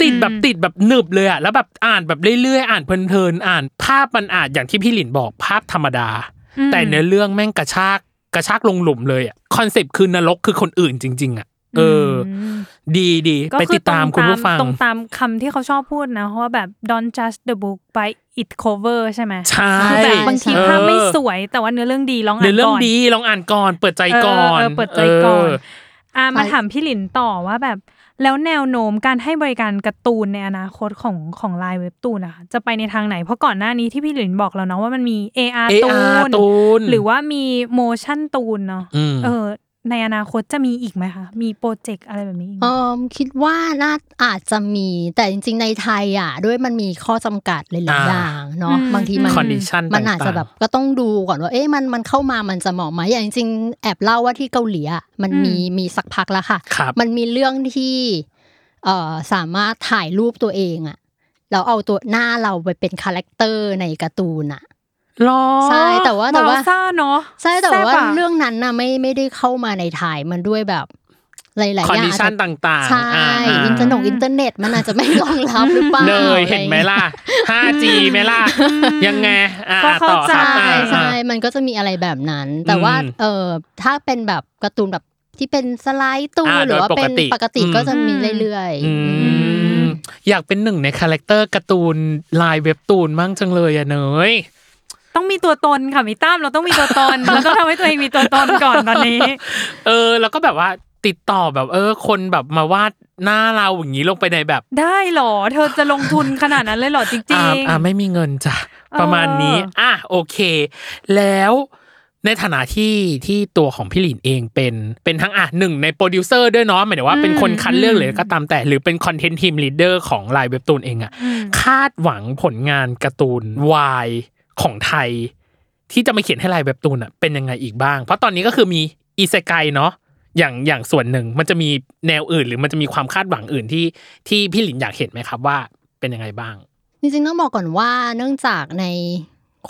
ติดแบบ อืม ติดแบบหนึบเลยอ่ะแล้วแบบอ่านแบบเรื่อยๆอ่านเพลินๆอ่านภาพมันอ่านอย่างที่พี่หลินบอกภาพธรรมดา อืม แต่เนื้อเรื่องแม่งกระชากกระชากลงหลุมเลยอ่ะคอนเซปต์คือนรกคือคนอื่นจริง ๆ อ่ะ เอออ ม ดีดี ก็ ไป คือ ติดตาม ร คุณผู้ฟัง ตรงตามคำที่เขาชอบพูดนะเพราะว่าแบบ don't judge the book by its cover ใช่ไหม ใช่ คือแบบบางที เออ ภาพไม่สวยแต่ว่าเนื้อเรื่องดีลองอ่านก่อน เนื้อเรื่องดีลองอ่านก่อน เปิดใจ เออ ก่อน เออเปิดใจก่อน เออ อ่ะมา ใช่ ถามพี่หลินต่อว่าแบบ แล้วแนวโน้มการให้บริการการ์ตูนในอนาคตของของไลน์เว็บตูนนะคะจะไปในทางไหน เพราะก่อนหน้านี้ที่พี่หลินบอกแล้วเนาะว่ามันมี AR ตู AR น ตูน หรือว่ามี motion ตูนเนาะ ม เออ ในอนาคตจะมีอีกไหมคะมีโปรเจกต์อะไรแบบนี้อีกไหม เออคิดว่าน่าอาจจะมีแต่จริงๆในไทยอ่ะ ด้วยมันมีข้อจำกัดหลาย อ่า ๆอย่างเนาะ อืม บางทีมัน คอนดิชัน มันอาจจะแบบก็ต้องดูก่อนว่า เอ๊ะมันมันเข้ามามันจะเหมาะไหมอย่างจริงๆแอบเล่าว่าที่เกาหลีอ่ะมันมี อืม มีสักพักแล้วค่ะ ครับ มันมีเรื่องที่เอ่อสามารถถ่ายรูปตัวเองอ่ะแล้วเอาตัวหน้าเราไปเป็นคาแรคเตอร์ในการ์ตูนอ่ะ รอ ใช่แต่ว่าแต่ว่า เบซ่าเนอะ ใช่แต่ว่า แซ่บอะ เรื่องนั้นน่ะไม่ไม่ได้เข้ามาในไทยมันด้วยแบบหลายๆอย่าง คอนดิชัน อาจจะ ต่างๆ ใช่ าา อินเทอร์เน็ตอินเทอร์เน็ตมันอาจจะไม่รองรับหรือเปล่า เลยเห็น อะร ไหมล่ะ 5G ไหมล่ะ ยังไงอ่า ก็เข้า ต่อค ใจ รับ ใช่ อ่า ใช่ อ่า มันก็จะมีอะไรแบบนั้น แต่ว่า อืม เออถ้าเป็นแบบการ์ตูนแบบที่เป็นสไลด์ตูน อ่า หรือว่าเป็น โดยป ป ก ก ติ ติก็จะมีเรื่อยๆ อืมอยากเป็นหนึ่งในคาแรคเตอร์การ์ตูนลายเว็บตูนมั่งจังเลยอ่ะเนย ต้องมีตัวตนค่ะมีตั้มเราต้องมีตัวตน เราต้องทำให้ตัวเองมีตัวตนก่อนตอนนี้ เออ แล้วก็แบบว่าติดต่อแบบเออ คนแบบมาวาดหน้าเราอย่างนี้ลงไปในแบบ ได้เหรอ เธอจะลงทุนขนาดนั้นเลยเหรอจริ อ่าง อ่าไม่มีเงินจ้ะ เออ ประมาณนี้ อ่ะโอเค แล้วในฐานะที่ที่ตัวของพี่หลินเองเป็นเป็นทั้งอ่ะหนึ่งในโปรดิวเซอร์ด้วยเนาะหมายถึงว่าเป็นคนคัดเลือกเลยก็ตามแต่ หรือเป็นคอนเทนต์ทีมลีดเดอร์ของลายเว็บตูนเองอะ ๆอืม คาดหวังผลงานการ์ตูนวายของไทย ที่จะมาเขียนให้ลายเว็บตูนอะเป็นยังไงอีกบ้าง เพราะตอนนี้ก็คือมีอีเซไกเนาะอย่างอย่างส่วนหนึ่งมันจะมีแนวอื่น หรือมันจะมีความคาดหวังอื่นที่ที่พี่หลินอยากเห็นไหมครับว่าเป็นยังไงบ้าง จริงๆต้องบอกก่อนว่าเนื่องจากใน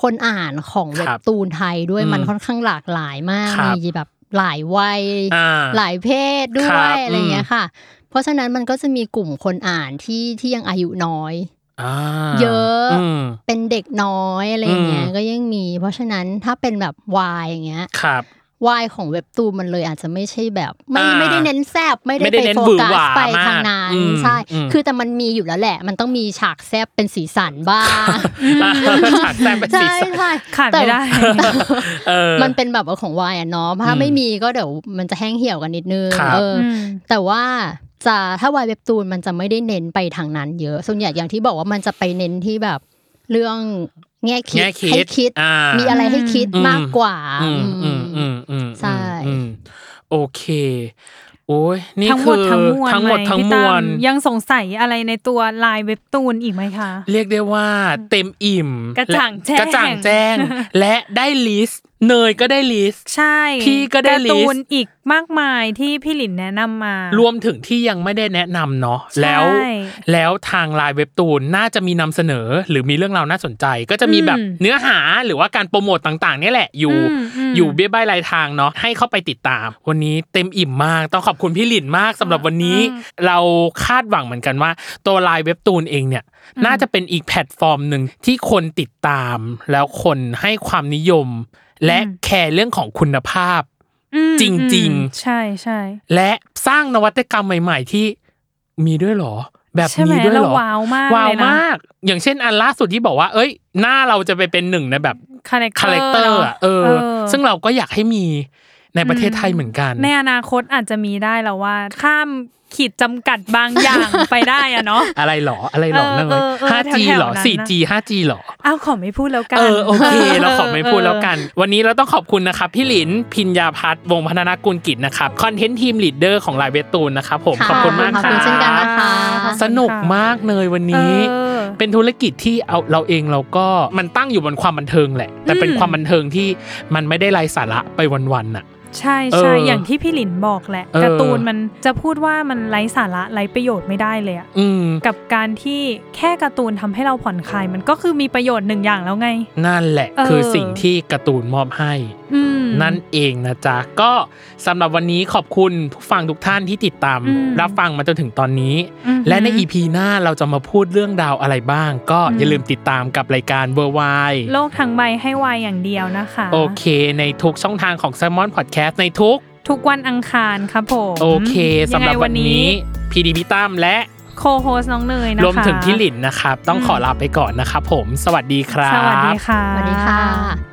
คนอ่านของ ครั เว็ บบ ตูนไทยด้วย อืม มันค่อนข้างหลากหลายมาก ครับ มีแบบหลายวัย อ่า หลายเพศด้ คว รับ ยอะไรอย่างเงี้ อื ย ม ค่ะ เพราะฉะนั้นมันก็จะมีกลุ่มคนอ่านที่ที่ยังอายุน้อย อ่า เยอะ ม เป็นเด็กน้อยอะไรอย่างเงี้ย อืม ก็ยังมี เพราะฉะนั้นถ้าเป็นแบบวายอย่างเงี้ย ครับ วายของเว็บตูนมันเลยอาจจะไม่ใช่แบบ ไม่ อ่า ไม่ได้เน้นแซบไม่ ไม่ ได้ ได้ ไป เน้น โฟ หวือ กั ห ส วามาก ไปทางนั้น อืม ใช่ อืม คือแต่มันมีอยู่แล้วแหละ มันต้องมีฉากแซบเป็นสีสันบ้าง อ่าฉากแซมเป็นสี ใช่ สัน ใช่ ขาดไม่ได้ แต่ เออ มันเป็นแบบว่าของวายอ่ะเนาะ อื ถ้าม ไม่มีก็เดี๋ยวมันจะแห้งเหี่ยวกันนิดนึง ครับ เอออ ม แต่ว่าจะถ้าวายเว็บตูนมันจะไม่ได้เน้นไปทางนั้นเยอะส่วนใหญ่อย่างที่บอกว่ามันจะไปเน้นที่แบบเรื่องแง่คิด แง่คิ ให้ ด คิด อ่า มีอะไรให้คิด อืม มากกว่า อืมอืมอืมอืม ใช่ อืมโอเค โอ้ยนี่ ทั้งหม คื ด อ ทั้งมวล ทั้งหมดทั้งไพี่ ม ตั้ วล ยังสงสัยอะไรในตัวลายเว็บตูนอีกไหมคะ เรียกได้ว่าเต็มอิ่ม กระจ่างแจ้ง และกระจ่างแจ้ง และได้ลิสต์เนยก็ได้ลิสต์ ใช่ พี่ก็ได้ การ์ตูน list อีกมากมายที่พี่หลินแนะนำมาร ร วมถึงที่ยังไม่ได้แนะนำเนาะ ใช่ แล้ว แล้วทางไลน์เว็บตูนน่าจะมีนำเสนอ หรือมีเรื่องราวน่าสนใจ ก็จะมีแบบ อืม เนื้อหาหรือว่าการโปรโมตต่างๆ เนี่ยแหละอยู่ อืมอืม อยู่เบี้ยใบายรายทางเนาะให้เข้าไปติดตาม วันนี้เต็มอิ่มมาก ต้องขอบคุณพี่หลินมากสำหรับวันนี้ เราคาดหวังเหมือนกันว่า ตัวไลน์เว็บตูนเองเนี่ย น่าจะเป็นอีกแพลตฟอร์มหนึ่งที่คนติดตาม แล้วคนให้ความนิยม และแคร์เรื่องของคุณภาพ อืม จริงๆ อืมใช่ใช่ และสร้างนวัตกรรมใหม่ ๆ ที่มีด้วยเหรอ แบบ ใช่ไหม นี้ด้วย เรา เหรอ ว้าวมาก ว้าว เลยนะ มาก อย่างเช่นอันล่าสุดที่บอกว่า เอ้ย หน้าเราจะไปเป็นหนึ่งในแบบ คาแรค คาแรคเต เต อ อ ร์ ร์ อะเออ ซึ่งเราก็อยากให้มีในประเทศไทยเหมือนกัน ในอนาคตอาจจะมีได้แล้วว่า ข้าม ขีดจำกัดบางอย่างไปได้อะเนาะ อะไรหรออะไรหรอนั่งเลย เออเออเออ 5G แถวๆ หรอ นั้นน่ะ 4G 5G หรอ อ้าวขอไม่พูดแล้วกัน เออโอเค เราขอไม่พูดแล้วกัน วันนี้เราต้องขอบคุณนะครับ พี่หลินพิญญาพัฒน์วงศ์พัฒนากุลกิจนะครับคอนเทนต์ทีมลีดเดอร์ของลายเวตูนนะครับผม ค่ะ ขอบคุณมาก ขอบ ค คุ รั ณเช่นกัน บ นะคะ สนุกมากเลยวันนี้ เออ เป็นธุรกิจที่เอาเราเองเราก็มันตั้งอยู่บนความบันเทิงแหละ แต่เป็น อืม ความบันเทิงที่มันไม่ได้ไร้สาระไปวันๆน่ะ ใช่ใช่ เอออ อย่างที่พี่หลินบอกแหละ เออ การ์ตูนมันจะพูดว่ามันไร้สาระไร้ประโยชน์ไม่ได้เลยอะ อืม กับการที่แค่การ์ตูนทำให้เราผ่อนคลายมันก็คือมีประโยชน์หนึ่งอย่างแล้วไง นั่นแหละ เออ คือสิ่งที่การ์ตูนมอบให้ อืม นั่นเองนะจ๊ะ ก็สำหรับวันนี้ขอบคุณผู้ฟังทุกท่านที่ติดตาม อืม รับฟังมาจนถึงตอนนี้ อืม และใน EP หน้าเราจะมาพูดเรื่องดาวอะไรบ้าง ก็ อืม อย่าลืมติดตามกับรายการเบอร์ไว โลกทั้งใบให้วายอย่างเดียวนะคะ โอเค ในทุกช่องทางของ s ซ l m o n Podcast ในทุก ทุกวันอังคารครับผม โอเคสำหรับ ยังไง วันนี้พีดีพิตั้มและ โคโฮสน้องเนยนะคะ รวมถึงพี่หลินนะครับ ต้อง อืม ขอลาไปก่อนนะครับผม สวัสดีครับ สวัสดีค่ะ สวัสดีค่ะ